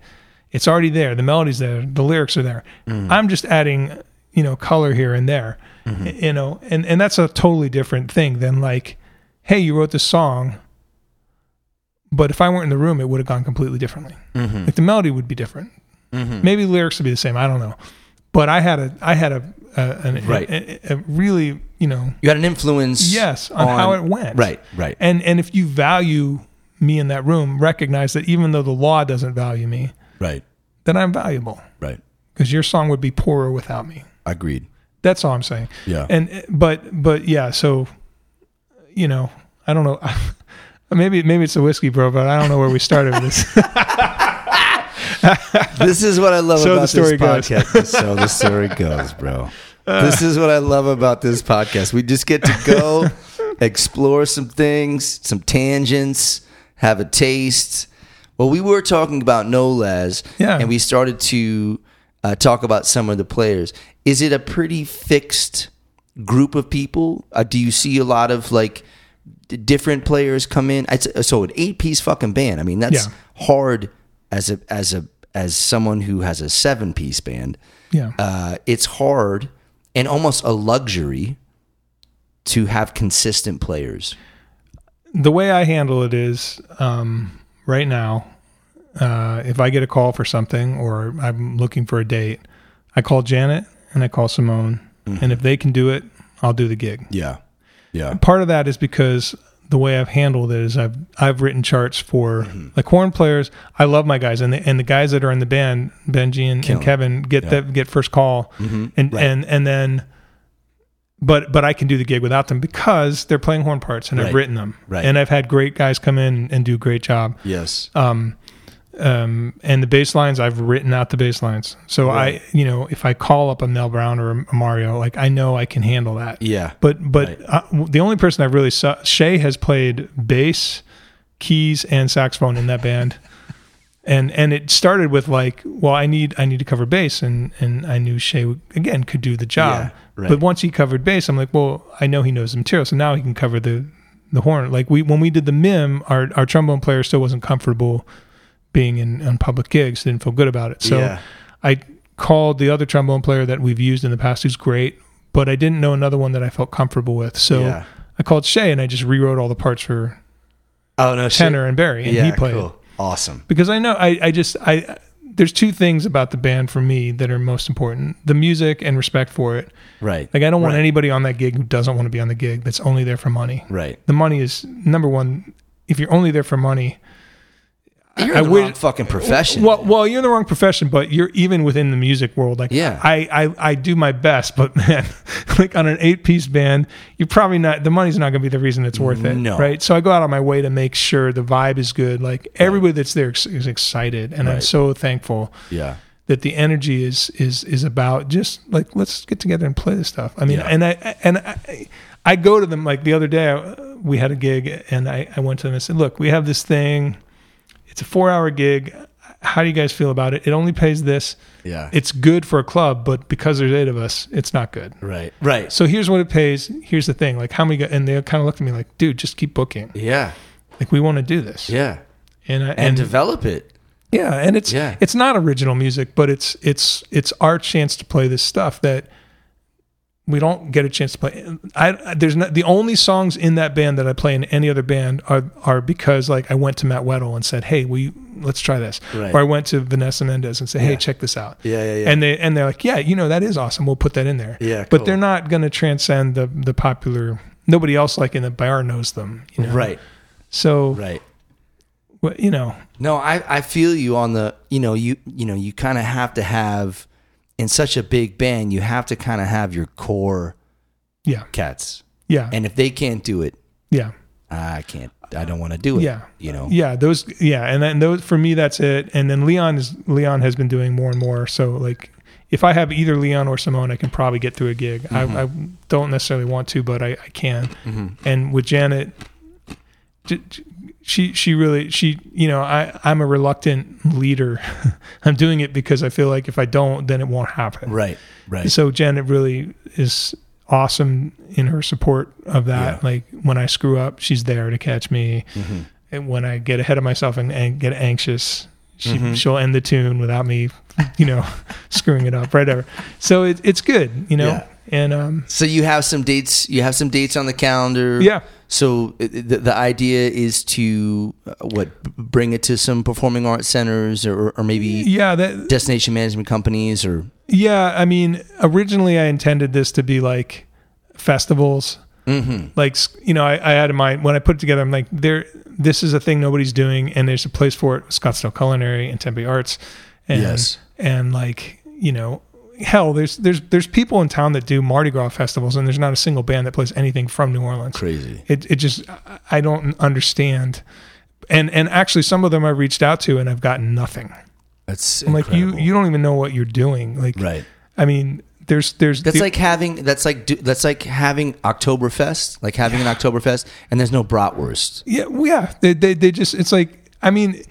Speaker 3: it's already there. The melody's there. The lyrics are there.
Speaker 2: Mm.
Speaker 3: I'm just adding, you know, color here and there.
Speaker 2: Mm-hmm.
Speaker 3: You know, and and that's a totally different thing than like, hey, you wrote this song, but if I weren't in the room, it would have gone completely differently.
Speaker 2: Mm-hmm.
Speaker 3: Like the melody would be different. Maybe the lyrics would be the same. I don't know. But I had a I had a a, an,
Speaker 2: Right.
Speaker 3: a, a- a really you know
Speaker 2: You had an influence.
Speaker 3: yes on, how it went
Speaker 2: Right, right.
Speaker 3: and and if you value me in that room, recognize that even though the law doesn't value me,
Speaker 4: Right.
Speaker 3: then I'm valuable
Speaker 4: Right.
Speaker 3: because your song would be poorer without me.
Speaker 4: Agreed.
Speaker 3: That's all I'm saying.
Speaker 4: Yeah.
Speaker 3: And but but yeah, so you know, I don't know. (laughs) maybe maybe it's a whiskey bro, but I don't know where we started with this. (laughs)
Speaker 2: this is what I love
Speaker 3: So
Speaker 2: about
Speaker 3: the story
Speaker 2: this
Speaker 3: goes. (laughs) Uh.
Speaker 2: podcast. so the story goes, bro. this is what I love about this podcast. We just get to
Speaker 3: (laughs)
Speaker 2: go explore some things, some tangents, have a taste. Well, we were talking about Nolas,
Speaker 3: Yeah.
Speaker 2: and we started to uh, talk about some of the players. Is it a pretty fixed group of people? Uh, do you see a lot of like d- different players come in? It's, uh, so an eight-piece fucking band. I mean, that's
Speaker 3: Yeah.
Speaker 2: hard as a as a as someone who has a seven piece band
Speaker 3: yeah.
Speaker 2: uh, it's hard and almost a luxury to have consistent players
Speaker 3: the way I handle it is um, right now, uh, if I get a call for something or I'm looking for a date, I call Janet and I call Simone. And if they can do it, I'll do the gig.
Speaker 4: Yeah. Yeah.
Speaker 3: Part of that is because the way I've handled it is I've I've written charts for
Speaker 4: Mm-hmm.
Speaker 3: like horn players. I love my guys and the and the guys that are in the band, Benji and, and Kevin, get that get first call,
Speaker 4: Mm-hmm.
Speaker 3: and and and then. But but I can do the gig without them because they're playing horn parts and I've
Speaker 4: Right.
Speaker 3: written them
Speaker 4: Right.
Speaker 3: and I've had great guys come in and do a great job.
Speaker 4: Yes.
Speaker 3: Uh, Um, and the bass lines I've written out the bass lines. So I you know if I call up a Mel Brown or a Mario, like I know I can handle that.
Speaker 4: yeah.
Speaker 3: But but uh, w- the only person I've really saw Shay has played bass, keys, and saxophone in that band, and and it started with like, well, I need I need to cover bass, and and I knew Shay would- again could do the job.
Speaker 4: Yeah, right.
Speaker 3: But once he covered bass, I'm like, well, I know he knows the material, so now he can cover the the horn. Like we when we did the mim, our our trombone player still wasn't comfortable being in on public gigs, didn't feel good about it. So
Speaker 4: Yeah.
Speaker 3: I called the other trombone player that we've used in the past who's great, but I didn't know another one that I felt comfortable with. So
Speaker 4: Yeah.
Speaker 3: I called Shay and I just rewrote all the parts for
Speaker 2: oh no
Speaker 3: tenor and Barry and he played.
Speaker 2: awesome
Speaker 3: Because I know I, I just I there's two things about the band for me that are most important. The music and respect for it.
Speaker 4: Right.
Speaker 3: Like I don't want
Speaker 4: Right.
Speaker 3: anybody on that gig who doesn't want to be on the gig that's only there for money.
Speaker 4: Right.
Speaker 3: The money is number one. If you're only there for money,
Speaker 2: you're in
Speaker 3: I
Speaker 2: the
Speaker 3: wish-
Speaker 2: wrong fucking profession
Speaker 3: Well, well, you're in the wrong profession, but you're even within the music world. Like,
Speaker 2: Yeah.
Speaker 3: I, I, I do my best, but (laughs) man, like on an eight piece band, you're probably not. The money's not going to be the reason it's worth it,
Speaker 4: No.
Speaker 3: right? So I go out on my way to make sure the vibe is good. Like everybody that's there is- is excited, and I'm
Speaker 4: Right.
Speaker 3: so thankful
Speaker 4: Yeah.
Speaker 3: that the energy is is is about just like let's get together and play this stuff. I mean,
Speaker 4: Yeah.
Speaker 3: and I and I, I go to them like the other day I, we had a gig and I, I went to them and said, look, we have this thing. It's a four hour gig. How do you guys feel about it? It only pays this.
Speaker 4: Yeah.
Speaker 3: It's good for a club, but because there's eight of us, it's not good.
Speaker 4: right. Right.
Speaker 3: So here's what it pays. Here's the thing. Like how many? Go-? And they kind of looked at me like, dude, just keep booking.
Speaker 2: yeah
Speaker 3: Like we want to do this.
Speaker 2: yeah
Speaker 3: And I, and,
Speaker 2: and, develop it
Speaker 3: yeah, and it's
Speaker 2: Yeah.
Speaker 3: it's not original music, but it's it's it's our chance to play this stuff that we don't get a chance to play. I I- there's not the only songs in that band that I play in any other band are are because like I went to Matt Weddle and said, "Hey, we let's try this,"
Speaker 4: Right.
Speaker 3: or I went to Vanessa Mendez and said, "Hey, check this out."
Speaker 4: Yeah, yeah, yeah.
Speaker 3: And they and they're like, "Yeah, you know that is awesome. We'll put that in there."
Speaker 4: Yeah,
Speaker 3: but
Speaker 4: cool.
Speaker 3: they're not going to transcend the the popular nobody else like in the bar knows them. You know?
Speaker 2: Right.
Speaker 3: So,
Speaker 2: Right.
Speaker 3: well, you know,
Speaker 2: No, I, I feel you on the you know you you know you kind of have to have in such a big band you have to kind of have your core
Speaker 3: yeah,
Speaker 2: cats
Speaker 3: yeah,
Speaker 2: and if they can't do it
Speaker 3: yeah,
Speaker 2: I can't I don't want to do it
Speaker 3: Yeah.
Speaker 2: you know
Speaker 3: yeah. Those, yeah, and then those for me, that's it. And then Leon is Leon has been doing more and more. So like, if I have either Leon or Simone, I can probably get through a gig. I, I don't necessarily want to, but I, I can. And with Janet, j- j- she she really she you know I I'm a reluctant leader. (laughs) I'm doing it because I feel like if I don't, then it won't happen.
Speaker 2: right right
Speaker 3: So Janet really is awesome in her support of that. Like when I screw up, she's there to catch me.
Speaker 2: Mm-hmm.
Speaker 3: And when I get ahead of myself and, and get anxious, she, she'll end the tune without me, you know, (laughs) screwing it up, right? Ever. So it, it's good, you know.
Speaker 2: Yeah.
Speaker 3: And um,
Speaker 2: so you have some dates you have some dates on the calendar
Speaker 3: yeah,
Speaker 2: so uh, the, the idea is to uh, what b- bring it to some performing arts centers or or maybe
Speaker 3: yeah, that
Speaker 2: destination management companies or
Speaker 3: yeah. I mean, originally I intended this to be like festivals.
Speaker 4: Mm-hmm.
Speaker 2: Mhm.
Speaker 3: like you know, I, I had in mind when I put it together, I'm like, there, this is a thing nobody's doing, and there's a place for it: Scottsdale Culinary and Tempe Arts, and
Speaker 4: Yes.
Speaker 3: and like you know, hell, there's there's there's people in town that do Mardi Gras festivals, and there's not a single band that plays anything from New Orleans.
Speaker 4: Crazy.
Speaker 3: It it just I- I don't understand, and and actually some of them I reached out to and I've gotten nothing.
Speaker 4: That's
Speaker 3: I'm
Speaker 4: incredible.
Speaker 3: like you you don't even know what you're doing. Like
Speaker 4: Right.
Speaker 3: I mean, there's there's
Speaker 2: That's
Speaker 3: the-
Speaker 2: like having that's like do, that's like having Oktoberfest, like having an Oktoberfest, and there's no bratwurst.
Speaker 3: Yeah, well, yeah. They, they they just it's like I mean,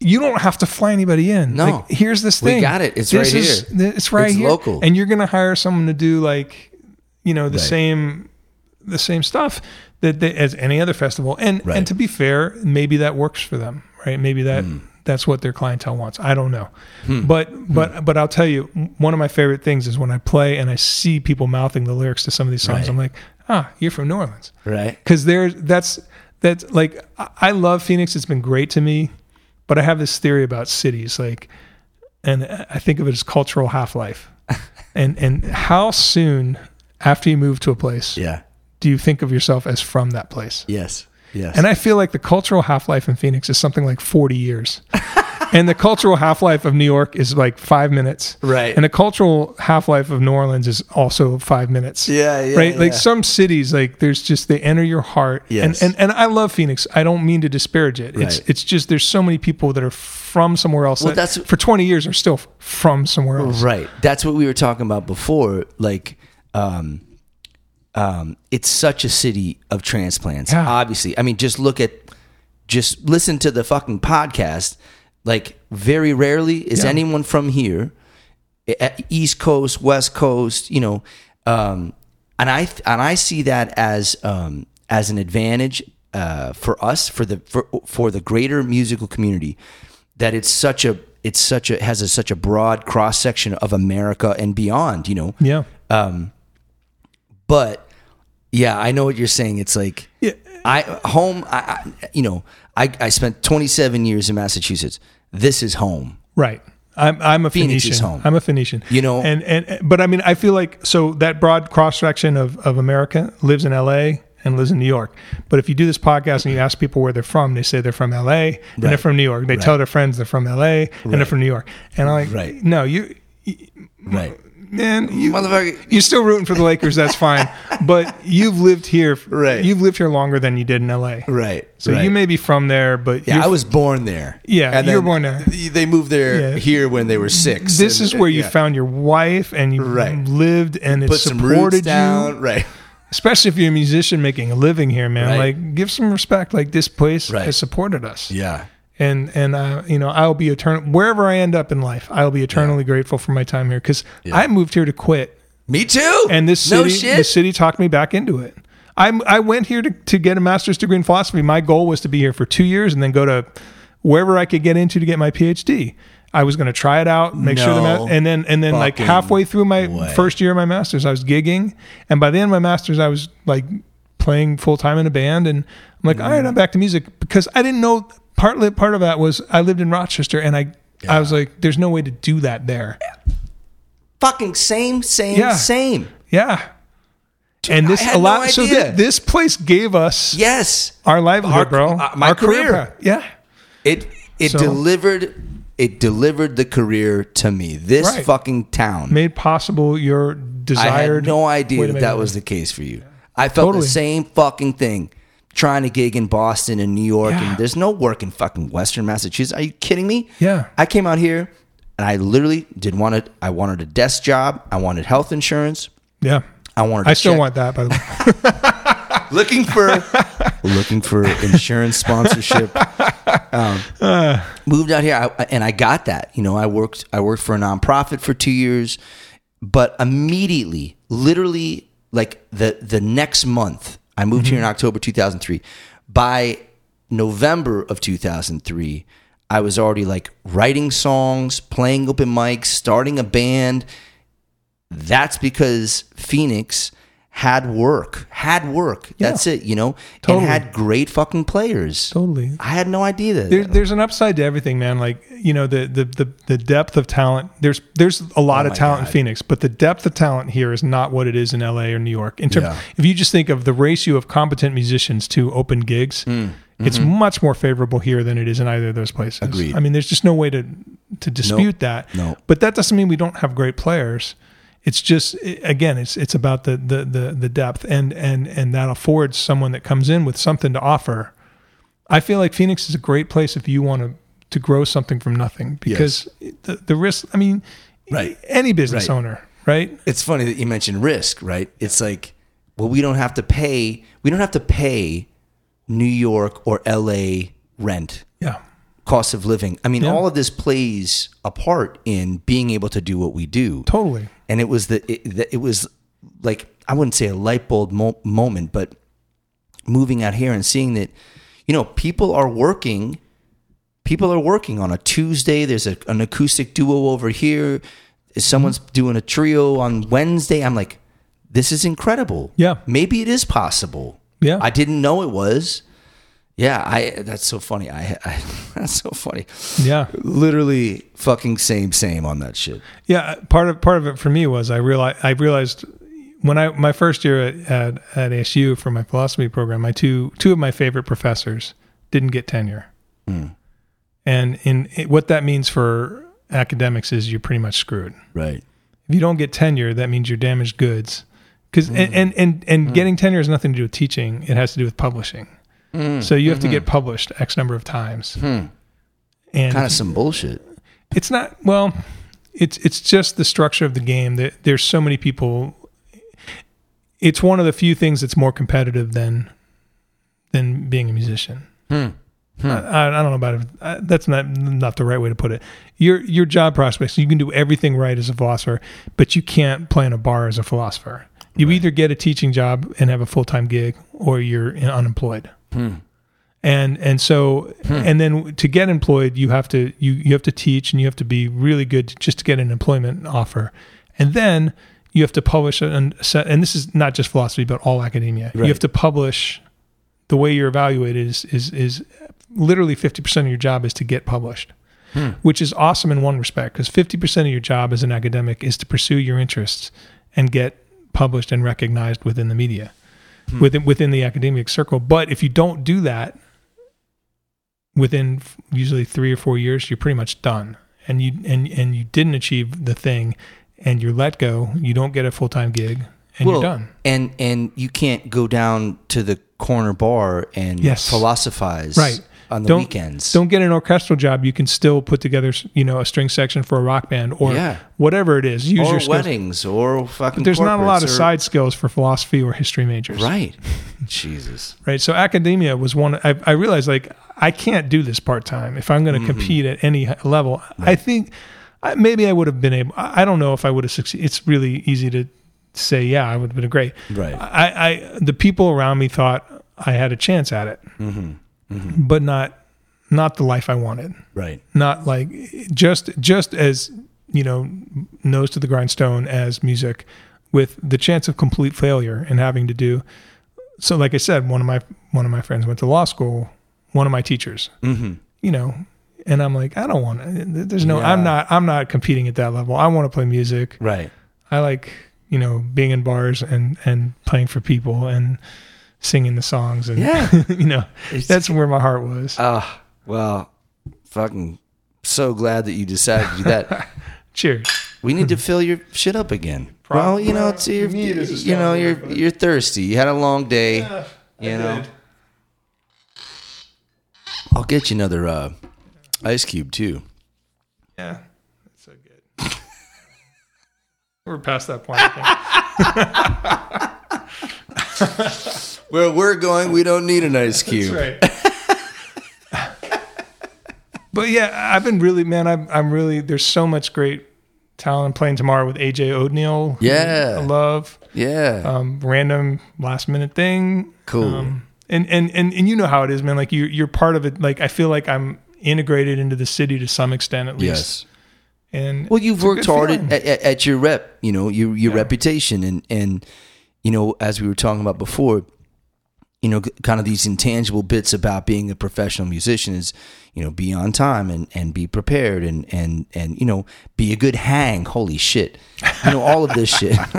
Speaker 3: you don't have to fly anybody in.
Speaker 2: No.
Speaker 3: like, here's this
Speaker 2: We
Speaker 3: thing.
Speaker 2: got it. It's
Speaker 3: This
Speaker 2: right
Speaker 3: is-
Speaker 2: here.
Speaker 3: th- It's right
Speaker 2: It's
Speaker 3: here.
Speaker 2: local.
Speaker 3: and you're gonna hire someone to do like, you know, the
Speaker 4: Right.
Speaker 3: same, the same stuff that they, as any other festival. And
Speaker 4: Right.
Speaker 3: and to be fair, maybe that works for them, right? Maybe that.
Speaker 2: Hmm.
Speaker 3: That's what their clientele wants. I don't know, but but but I'll tell you, one of my favorite things is when I play and I see people mouthing the lyrics to some of these songs.
Speaker 4: Right.
Speaker 3: I'm like, ah, you're from New Orleans
Speaker 2: Right.
Speaker 3: because there's that's that's like I- I love Phoenix. It's been great to me, but I have this theory about cities, like, and I think of it as cultural half life, and and how soon after you move to a place
Speaker 4: Yeah.
Speaker 3: do you think of yourself as from that place?
Speaker 4: Yes. Yes.
Speaker 3: And I feel like the cultural half life in Phoenix is something like 40
Speaker 2: (laughs)
Speaker 3: years. and the cultural half life of New York is like five minutes.
Speaker 2: Right.
Speaker 3: And the cultural half life of New Orleans is also five minutes.
Speaker 2: Yeah, yeah,
Speaker 3: Right. Like
Speaker 2: yeah.
Speaker 3: some cities, like there's just they enter your heart.
Speaker 4: Yes.
Speaker 3: And, and and I love Phoenix. I don't mean to disparage it. It's
Speaker 4: Right.
Speaker 3: it's just there's so many people that are from somewhere else
Speaker 2: Well,
Speaker 3: that
Speaker 2: that's-
Speaker 3: for 20 years are still f- from somewhere else.
Speaker 2: Right. That's what we were talking about before. Like, um, um, it's such a city of transplants.
Speaker 3: Yeah.
Speaker 2: Obviously, I mean, just look at, just listen to the fucking podcast. Like, very rarely is
Speaker 3: Yeah.
Speaker 2: anyone from here, e- e- East Coast, West Coast. You know, um, and I and I see that as um, as an advantage uh, for us for the for, for the greater musical community that it's such a it's such a has a, such a broad cross section of America and beyond. You know,
Speaker 3: Yeah.
Speaker 2: but yeah, I know what you're saying. It's like
Speaker 3: Yeah.
Speaker 2: I home. I, I you know I I spent 27 years in Massachusetts. This is home.
Speaker 3: Right. I'm I'm a
Speaker 2: Phoenix
Speaker 3: Phoenician.
Speaker 2: is home.
Speaker 3: I'm a Phoenician.
Speaker 2: You know-
Speaker 3: and, and but I mean, I feel like so that broad cross section of of America lives in L.A. and lives in New York. But if you do this podcast and you ask people where they're from, they say they're from L.A. and they're from New York. They tell their friends they're from L.A. and they're from New York. And I'm like,
Speaker 4: Right.
Speaker 3: no, you
Speaker 4: right.
Speaker 3: man, you
Speaker 2: Motherfucker.
Speaker 3: you're still rooting for the Lakers.
Speaker 4: (laughs)
Speaker 3: That's fine. but you've lived here.
Speaker 4: Right.
Speaker 3: You've lived here longer than you did in L.A.
Speaker 4: Right.
Speaker 3: So
Speaker 4: right.
Speaker 3: you may be from there, but
Speaker 4: Yeah,
Speaker 3: you're
Speaker 4: I was born there.
Speaker 3: Yeah, you were
Speaker 4: then
Speaker 3: born there.
Speaker 4: They moved there
Speaker 3: Yeah.
Speaker 4: here when they were six.
Speaker 3: this
Speaker 4: and-
Speaker 3: is where you
Speaker 4: yeah.
Speaker 3: found your wife and you
Speaker 4: Right.
Speaker 3: lived and it
Speaker 4: put some roots
Speaker 3: supported
Speaker 4: down.
Speaker 3: you
Speaker 4: Right.
Speaker 3: especially if you're a musician making a living here man
Speaker 4: Right.
Speaker 3: like give some respect like this place
Speaker 4: Right.
Speaker 3: has supported us
Speaker 4: Yeah.
Speaker 3: and and uh, you know i'll be eternal wherever i end up in life i'll be eternally grateful for my time here because i moved here to quit
Speaker 4: Me too.
Speaker 3: (laughs) and this
Speaker 2: No
Speaker 3: city
Speaker 2: shit.
Speaker 3: the city talked me back into it i i went here to, to get a master's degree in philosophy my goal was to be here for two years and then go to wherever i could get into to get my phd i was going to try it out make sure the ma-
Speaker 4: No
Speaker 3: and then and then like
Speaker 4: fucking
Speaker 3: halfway through my
Speaker 4: way.
Speaker 3: first year of my master's i was gigging and by the end of my master's i was like playing full-time in a band and i'm like all
Speaker 4: Mm.
Speaker 3: right i'm back to music because i didn't know partly part of that was i lived in rochester and i i was like there's no way to do that there
Speaker 2: Fucking same, same,
Speaker 3: Yeah.
Speaker 2: same.
Speaker 3: yeah and this
Speaker 2: I had
Speaker 3: a lot.
Speaker 2: no
Speaker 3: so
Speaker 2: idea.
Speaker 3: thi- this place gave us
Speaker 2: yes,
Speaker 3: our livelihood,
Speaker 2: Our-
Speaker 3: bro.
Speaker 2: uh, my career.
Speaker 3: path. Yeah,
Speaker 2: it it
Speaker 3: So-
Speaker 2: delivered it delivered the career to me. This
Speaker 3: Right.
Speaker 2: fucking town.
Speaker 3: made possible your desired.
Speaker 2: I had no idea
Speaker 3: Wait a
Speaker 2: that
Speaker 3: minute.
Speaker 2: that was the case for you. I felt
Speaker 3: Totally.
Speaker 2: the same fucking thing trying to gig in Boston and New York.
Speaker 3: Yeah.
Speaker 2: And there's no work in fucking Western Massachusetts. Are you kidding me?
Speaker 3: Yeah.
Speaker 2: I came out here and I literally did want it. I wanted a desk job. I wanted health insurance.
Speaker 3: Yeah,
Speaker 2: I wanted.
Speaker 3: I
Speaker 2: a
Speaker 3: still
Speaker 2: check-
Speaker 3: want that. By the way, (laughs)
Speaker 2: looking for looking for insurance sponsorship. Um, moved out here I, and I got that. You know, I worked I worked for a nonprofit for two years, but immediately, literally, like the the next month, I moved here in
Speaker 3: Mm-hmm.
Speaker 2: October 2003. By November of 2003. I was already like writing songs, playing open mics, starting a band, that's because Phoenix had work, had work. That's it, you know,
Speaker 3: Totally.
Speaker 2: and had great fucking players.
Speaker 3: totally.
Speaker 2: I had no idea that.
Speaker 3: There, there's an upside to everything, man. Like you know, the the the, the depth of talent. There's there's a
Speaker 4: Oh
Speaker 3: lot of talent in Phoenix, but the depth of talent here is not what it is in L.A. or New York. In terms,
Speaker 4: Yeah.
Speaker 3: if you just think of the ratio of competent musicians to open gigs,
Speaker 4: Hmm.
Speaker 3: it's much more favorable here than it is in either of those places.
Speaker 4: Mm-hmm. Agreed.
Speaker 3: I mean, there's just no way to to dispute that.
Speaker 2: No.
Speaker 3: But that doesn't mean we don't have great players. It's just i- again, it's it's about the the the, the depth and and and that affords someone that comes in with something to offer. I feel like Phoenix is a great place if you want to to grow something from nothing because the the risk. I mean,
Speaker 4: Right.
Speaker 3: any business
Speaker 4: Right.
Speaker 3: owner, right?
Speaker 2: it's funny that you mentioned risk, right? It's like, well, we don't have to pay. We don't have to pay New York or L.A. rent,
Speaker 3: Yeah,
Speaker 2: cost of living. I mean,
Speaker 3: Yeah.
Speaker 2: all of this plays a part in being able to do what we do.
Speaker 3: totally.
Speaker 2: and it was the it, the- it was like I wouldn't say a light bulb mo- moment, but moving out here and seeing that you know people are working, people are working on a Tuesday. There's a, an acoustic duo over here. Someone's
Speaker 3: Mm-hmm.
Speaker 2: doing a trio on Wednesday. I'm like, this is incredible.
Speaker 3: Yeah.
Speaker 2: maybe it is possible.
Speaker 3: Yeah.
Speaker 2: I didn't know it was. Yeah, I. That's so funny. I. I (laughs) that's so funny.
Speaker 3: Yeah,
Speaker 2: Literally, fucking same, same on that shit.
Speaker 3: yeah. uh, Part of part of it for me was I realized I realized when I my first year at, at at ASU for my philosophy program, my two two of my favorite professors didn't get tenure,
Speaker 4: Hmm.
Speaker 3: and in it, what that means for academics is you're pretty much screwed.
Speaker 4: Right.
Speaker 3: If you don't get tenure, that means you're damaged goods. Because and and and, and getting tenure has nothing to do with teaching; it has to do with publishing. So you have to get published x number of times. And
Speaker 2: Kind of some bullshit.
Speaker 3: it's not well. It's it's just the structure of the game. That there's so many people. It's one of the few things that's more competitive than than being a musician. I, I don't know about it. I, that's not not the right way to put it. Your your job prospects. You can do everything right as a philosopher, but you can't play in a bar as a philosopher. You either get a teaching job and have a full time gig, or you're unemployed. And and so and then to get employed, you have to you you have to teach and you have to be really good just to get an employment offer, and then you have to publish an, and this is not just philosophy but all academia. You have to publish the way you're evaluated is is is literally 50% of your job is to get published which is awesome in one respect because 50% of your job as an academic is to pursue your interests and get published and recognized within the media within within the academic circle but if you don't do that within f- usually 3 or 4 years you're pretty much done and you and and you didn't achieve the thing and you're let go you don't get a full-time gig and you're done
Speaker 2: And and you can't go down to the corner bar and
Speaker 3: Yes.
Speaker 2: philosophize
Speaker 3: right
Speaker 2: on the
Speaker 3: don't,
Speaker 2: weekends.
Speaker 3: Don't get an orchestral job. You can still put together, you know, a string section for a rock band or
Speaker 2: Yeah.
Speaker 3: whatever it is. Use
Speaker 2: or
Speaker 3: your skills.
Speaker 2: weddings or fucking.
Speaker 3: There's not a lot of
Speaker 2: corporates or-
Speaker 3: side skills for philosophy or history majors,
Speaker 2: (laughs) Right. Jesus.
Speaker 3: Right. So academia was one. I, I realized like I can't do this part time if I'm going to
Speaker 2: Mm-hmm.
Speaker 3: compete at any h- level. I think I, maybe I would have been able. I I don't know if I would have succeeded. It's really easy to say, yeah, I would have been great.
Speaker 4: Right.
Speaker 3: I, I the people around me thought I had a chance at it,
Speaker 2: Mm-hmm.
Speaker 3: but not not the life I wanted
Speaker 4: Right.
Speaker 3: not like just just as you know nose to the grindstone as music with the chance of complete failure and having to do so like i said one of my one of my friends went to law school one of my teachers mm-hmm. you know and i'm like i don't want to there's no i'm
Speaker 2: Yeah.
Speaker 3: not i'm not competing at that level i want to play music
Speaker 2: Right.
Speaker 3: i like you know, being in bars and and playing for people and singing the songs and
Speaker 2: Yeah.
Speaker 3: (laughs) you know,
Speaker 2: It's-
Speaker 3: that's where my heart was.
Speaker 2: Ah, well, fucking so glad that you decided to do
Speaker 3: (laughs)
Speaker 2: that.
Speaker 3: Cheers.
Speaker 2: we need to fill your shit up again. well, you know, it's your,
Speaker 3: need is a
Speaker 2: you know,
Speaker 3: strong
Speaker 2: you're
Speaker 3: word, but-
Speaker 2: you're thirsty. You had a long day. you know, I'll get you another uh, ice cube too.
Speaker 3: Yeah, that's so good. We're past that point. I think.
Speaker 4: Where we're going, we don't need an ice cube.
Speaker 2: (laughs)
Speaker 3: That's right. (laughs) but yeah, I've been really, man. I'm, I'm really. There's so much great talent playing tomorrow with AJ O'Neill. who
Speaker 2: Yeah.
Speaker 3: I love
Speaker 2: Yeah,
Speaker 3: um, random last minute thing.
Speaker 2: cool.
Speaker 3: Um, and, and and and you know how it is, man. Like you, you're part of it. Like I feel like I'm integrated into the city to some extent, at least.
Speaker 2: yes.
Speaker 3: And
Speaker 2: Well, you've
Speaker 3: it's a
Speaker 2: worked
Speaker 3: good
Speaker 2: hard
Speaker 3: feeling.
Speaker 2: at, at, at your rep, you know, your your reputation, and and you know, as we were talking about before, you know, kind of these intangible bits about being a professional musician is, you know, be on time and and be prepared and and and you know, be a good hang. Holy shit, you know, all of this shit. (laughs)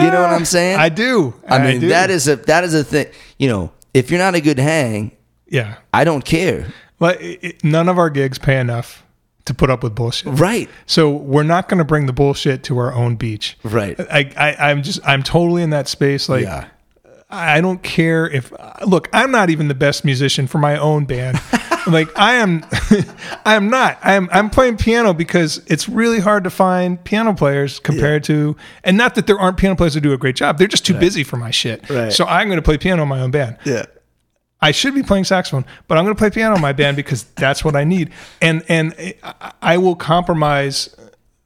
Speaker 2: you know what I'm saying?
Speaker 3: I do.
Speaker 2: I mean,
Speaker 3: do.
Speaker 2: that is a that is a thing. You know, if you're not a good hang,
Speaker 3: yeah.
Speaker 2: I don't care.
Speaker 3: Like it, it- none of our gigs pay enough to put up with bullshit.
Speaker 2: Right.
Speaker 3: So we're not going to bring the bullshit to our own beach.
Speaker 2: Right.
Speaker 3: I, I I'm just I'm totally in that space. Like
Speaker 2: Yeah.
Speaker 3: I I don't care if look I'm not even the best musician for my
Speaker 2: (laughs)
Speaker 3: own band. like I am, (laughs) I am not. I'm I'm playing piano because it's really hard to find piano players compared to, and not that there aren't piano players who do a great job. They're just too busy for my shit.
Speaker 2: Right.
Speaker 3: So I'm going to play piano in my own band.
Speaker 2: Yeah.
Speaker 3: I should be playing saxophone, but I'm going to play piano in my band because that's what I need. And and I- I will compromise.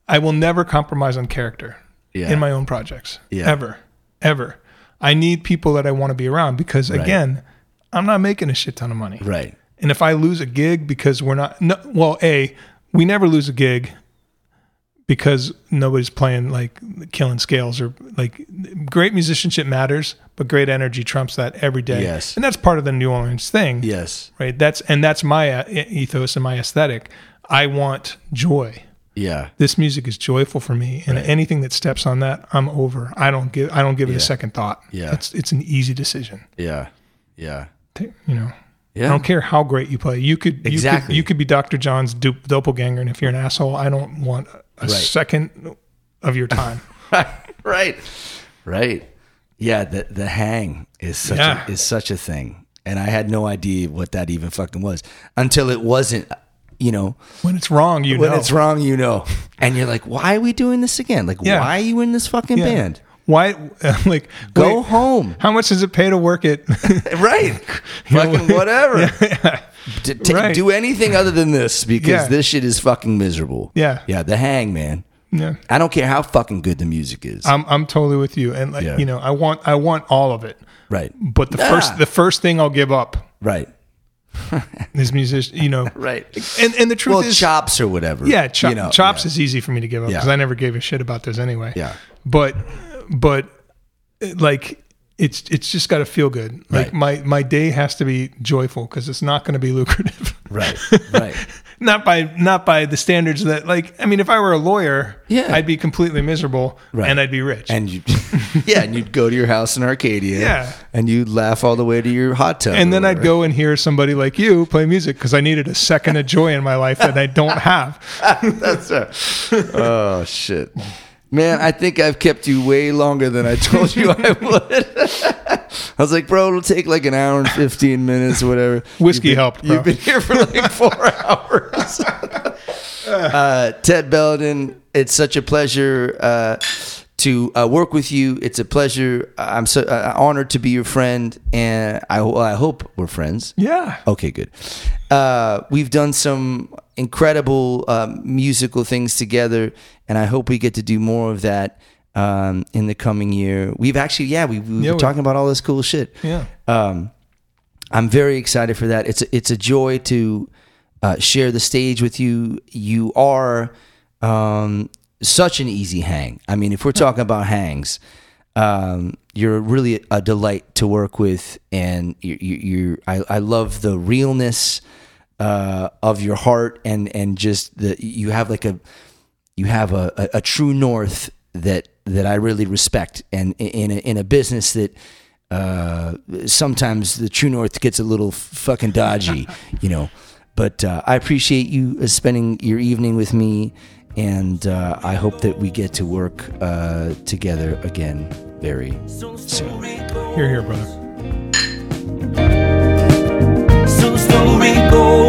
Speaker 3: I will never compromise on character
Speaker 2: Yeah.
Speaker 3: in my own projects.
Speaker 2: Yeah.
Speaker 3: Ever, ever. I need people that I want to be around because again, I'm not making a shit ton of money.
Speaker 2: Right.
Speaker 3: And if I lose a gig because we're not no, well, a we never lose a gig because nobody's playing like killing scales or like great musicianship matters, but great energy trumps that every day.
Speaker 2: Yes.
Speaker 3: and that's part of the New Orleans thing.
Speaker 2: Yes.
Speaker 3: right. That's and that's my uh, ethos and my aesthetic. I want joy.
Speaker 2: Yeah.
Speaker 3: This music is joyful for me, and anything that steps on that, I'm over. I don't give I don't give it a second thought.
Speaker 2: Yeah.
Speaker 3: it's it's an easy decision.
Speaker 2: Yeah.
Speaker 3: (laughs)
Speaker 2: Yeah.
Speaker 3: You know.
Speaker 2: Yeah.
Speaker 3: I don't care how great you play. You could
Speaker 2: Exactly.
Speaker 3: You could, you could be Dr. John's dupe, doppelganger, and if you're an asshole, I don't want a second of your
Speaker 2: (laughs)
Speaker 3: time.
Speaker 2: right, right. Yeah, the the hang is such
Speaker 3: Yeah.
Speaker 2: a, is such a thing, and I had no idea what that even fucking was until it wasn't. You know,
Speaker 3: when it's wrong, you
Speaker 2: when
Speaker 3: know.
Speaker 2: it's wrong, you know, and you're like, why are we doing this again? Like,
Speaker 3: Yeah.
Speaker 2: why are you in this fucking
Speaker 3: Yeah.
Speaker 2: band?
Speaker 3: Why? (laughs) like
Speaker 2: Go
Speaker 3: wait,
Speaker 2: home,
Speaker 3: How much does it pay to work at? (laughs)
Speaker 2: right? (laughs) fucking whatever. D- t-
Speaker 3: Right.
Speaker 2: Do anything other than this because
Speaker 3: Yeah.
Speaker 2: this shit is fucking miserable.
Speaker 3: Yeah.
Speaker 2: yeah. The hang, man.
Speaker 3: yeah.
Speaker 2: I don't care how fucking good the music is.
Speaker 3: I'm I'm totally with you, and like
Speaker 2: Yeah.
Speaker 3: you know, I want I want all of it.
Speaker 2: right,
Speaker 3: But the
Speaker 2: Yeah.
Speaker 3: first the first thing I'll give up
Speaker 2: right,
Speaker 3: is music. You know,
Speaker 2: right.
Speaker 3: and and the truth
Speaker 2: well,
Speaker 3: is,
Speaker 2: chops or whatever.
Speaker 3: Yeah, chop,
Speaker 2: You know,
Speaker 3: chops
Speaker 2: yeah.
Speaker 3: is easy for me to give up
Speaker 2: Yeah.
Speaker 3: because I never gave a shit about those anyway.
Speaker 2: Yeah.
Speaker 3: but but uh, like it's it's just got to feel good. Like
Speaker 2: Right.
Speaker 3: my my day has to be joyful because it's not going to be lucrative.
Speaker 2: Right, right.
Speaker 3: (laughs) not by not by the standards that like I mean, if I were a lawyer,
Speaker 2: Yeah.
Speaker 3: I'd be completely miserable and I'd be rich.
Speaker 2: And you, (laughs) yeah, and you'd go to your house in Arcadia,
Speaker 3: Yeah.
Speaker 2: and you'd laugh all the way to your hot tub,
Speaker 3: and then
Speaker 2: or
Speaker 3: I'd
Speaker 2: whatever.
Speaker 3: go and hear somebody like you play music because I needed a second of joy in my life that I don't
Speaker 2: (laughs)
Speaker 3: have.
Speaker 2: That's right. oh shit, man! I think I've kept you way longer than I told you I (laughs) would. I was like, bro, it'll take like an hour and fifteen minutes, whatever.
Speaker 3: Whiskey
Speaker 2: You've been-
Speaker 3: helped, bro.
Speaker 2: You've been here for like four (laughs) hours. uh, Ted Belden, it's such a pleasure uh, to uh, work with you. It's a pleasure. I'm so uh, honored to be your friend, and I, well, I hope we're friends.
Speaker 3: Yeah.
Speaker 2: Okay, good. Uh, we've done some incredible um, musical things together, and I hope we get to do more of that um, in the coming year. We've actually, yeah, we, we
Speaker 3: Yeah,
Speaker 2: were
Speaker 3: we-
Speaker 2: talking about all this cool shit.
Speaker 3: Yeah.
Speaker 2: Um, I'm very excited for that. It's a, it's a joy to uh, share the stage with you. You are um, such an easy hang. I mean, if we're talking about hangs, um, you're really a delight to work with, and you, you, you I, I love the realness uh, of your heart, and and just the you have like a you have a, a, a true north that that I really respect, and i- in a, in a business that uh, sometimes the True North gets a little fucking dodgy, you know. But uh, I appreciate you uh, spending your evening with me, and uh, I hope that we get to work uh, together again very
Speaker 1: Soon the story goes.
Speaker 3: Here, here, brother.
Speaker 1: Soon the story goes.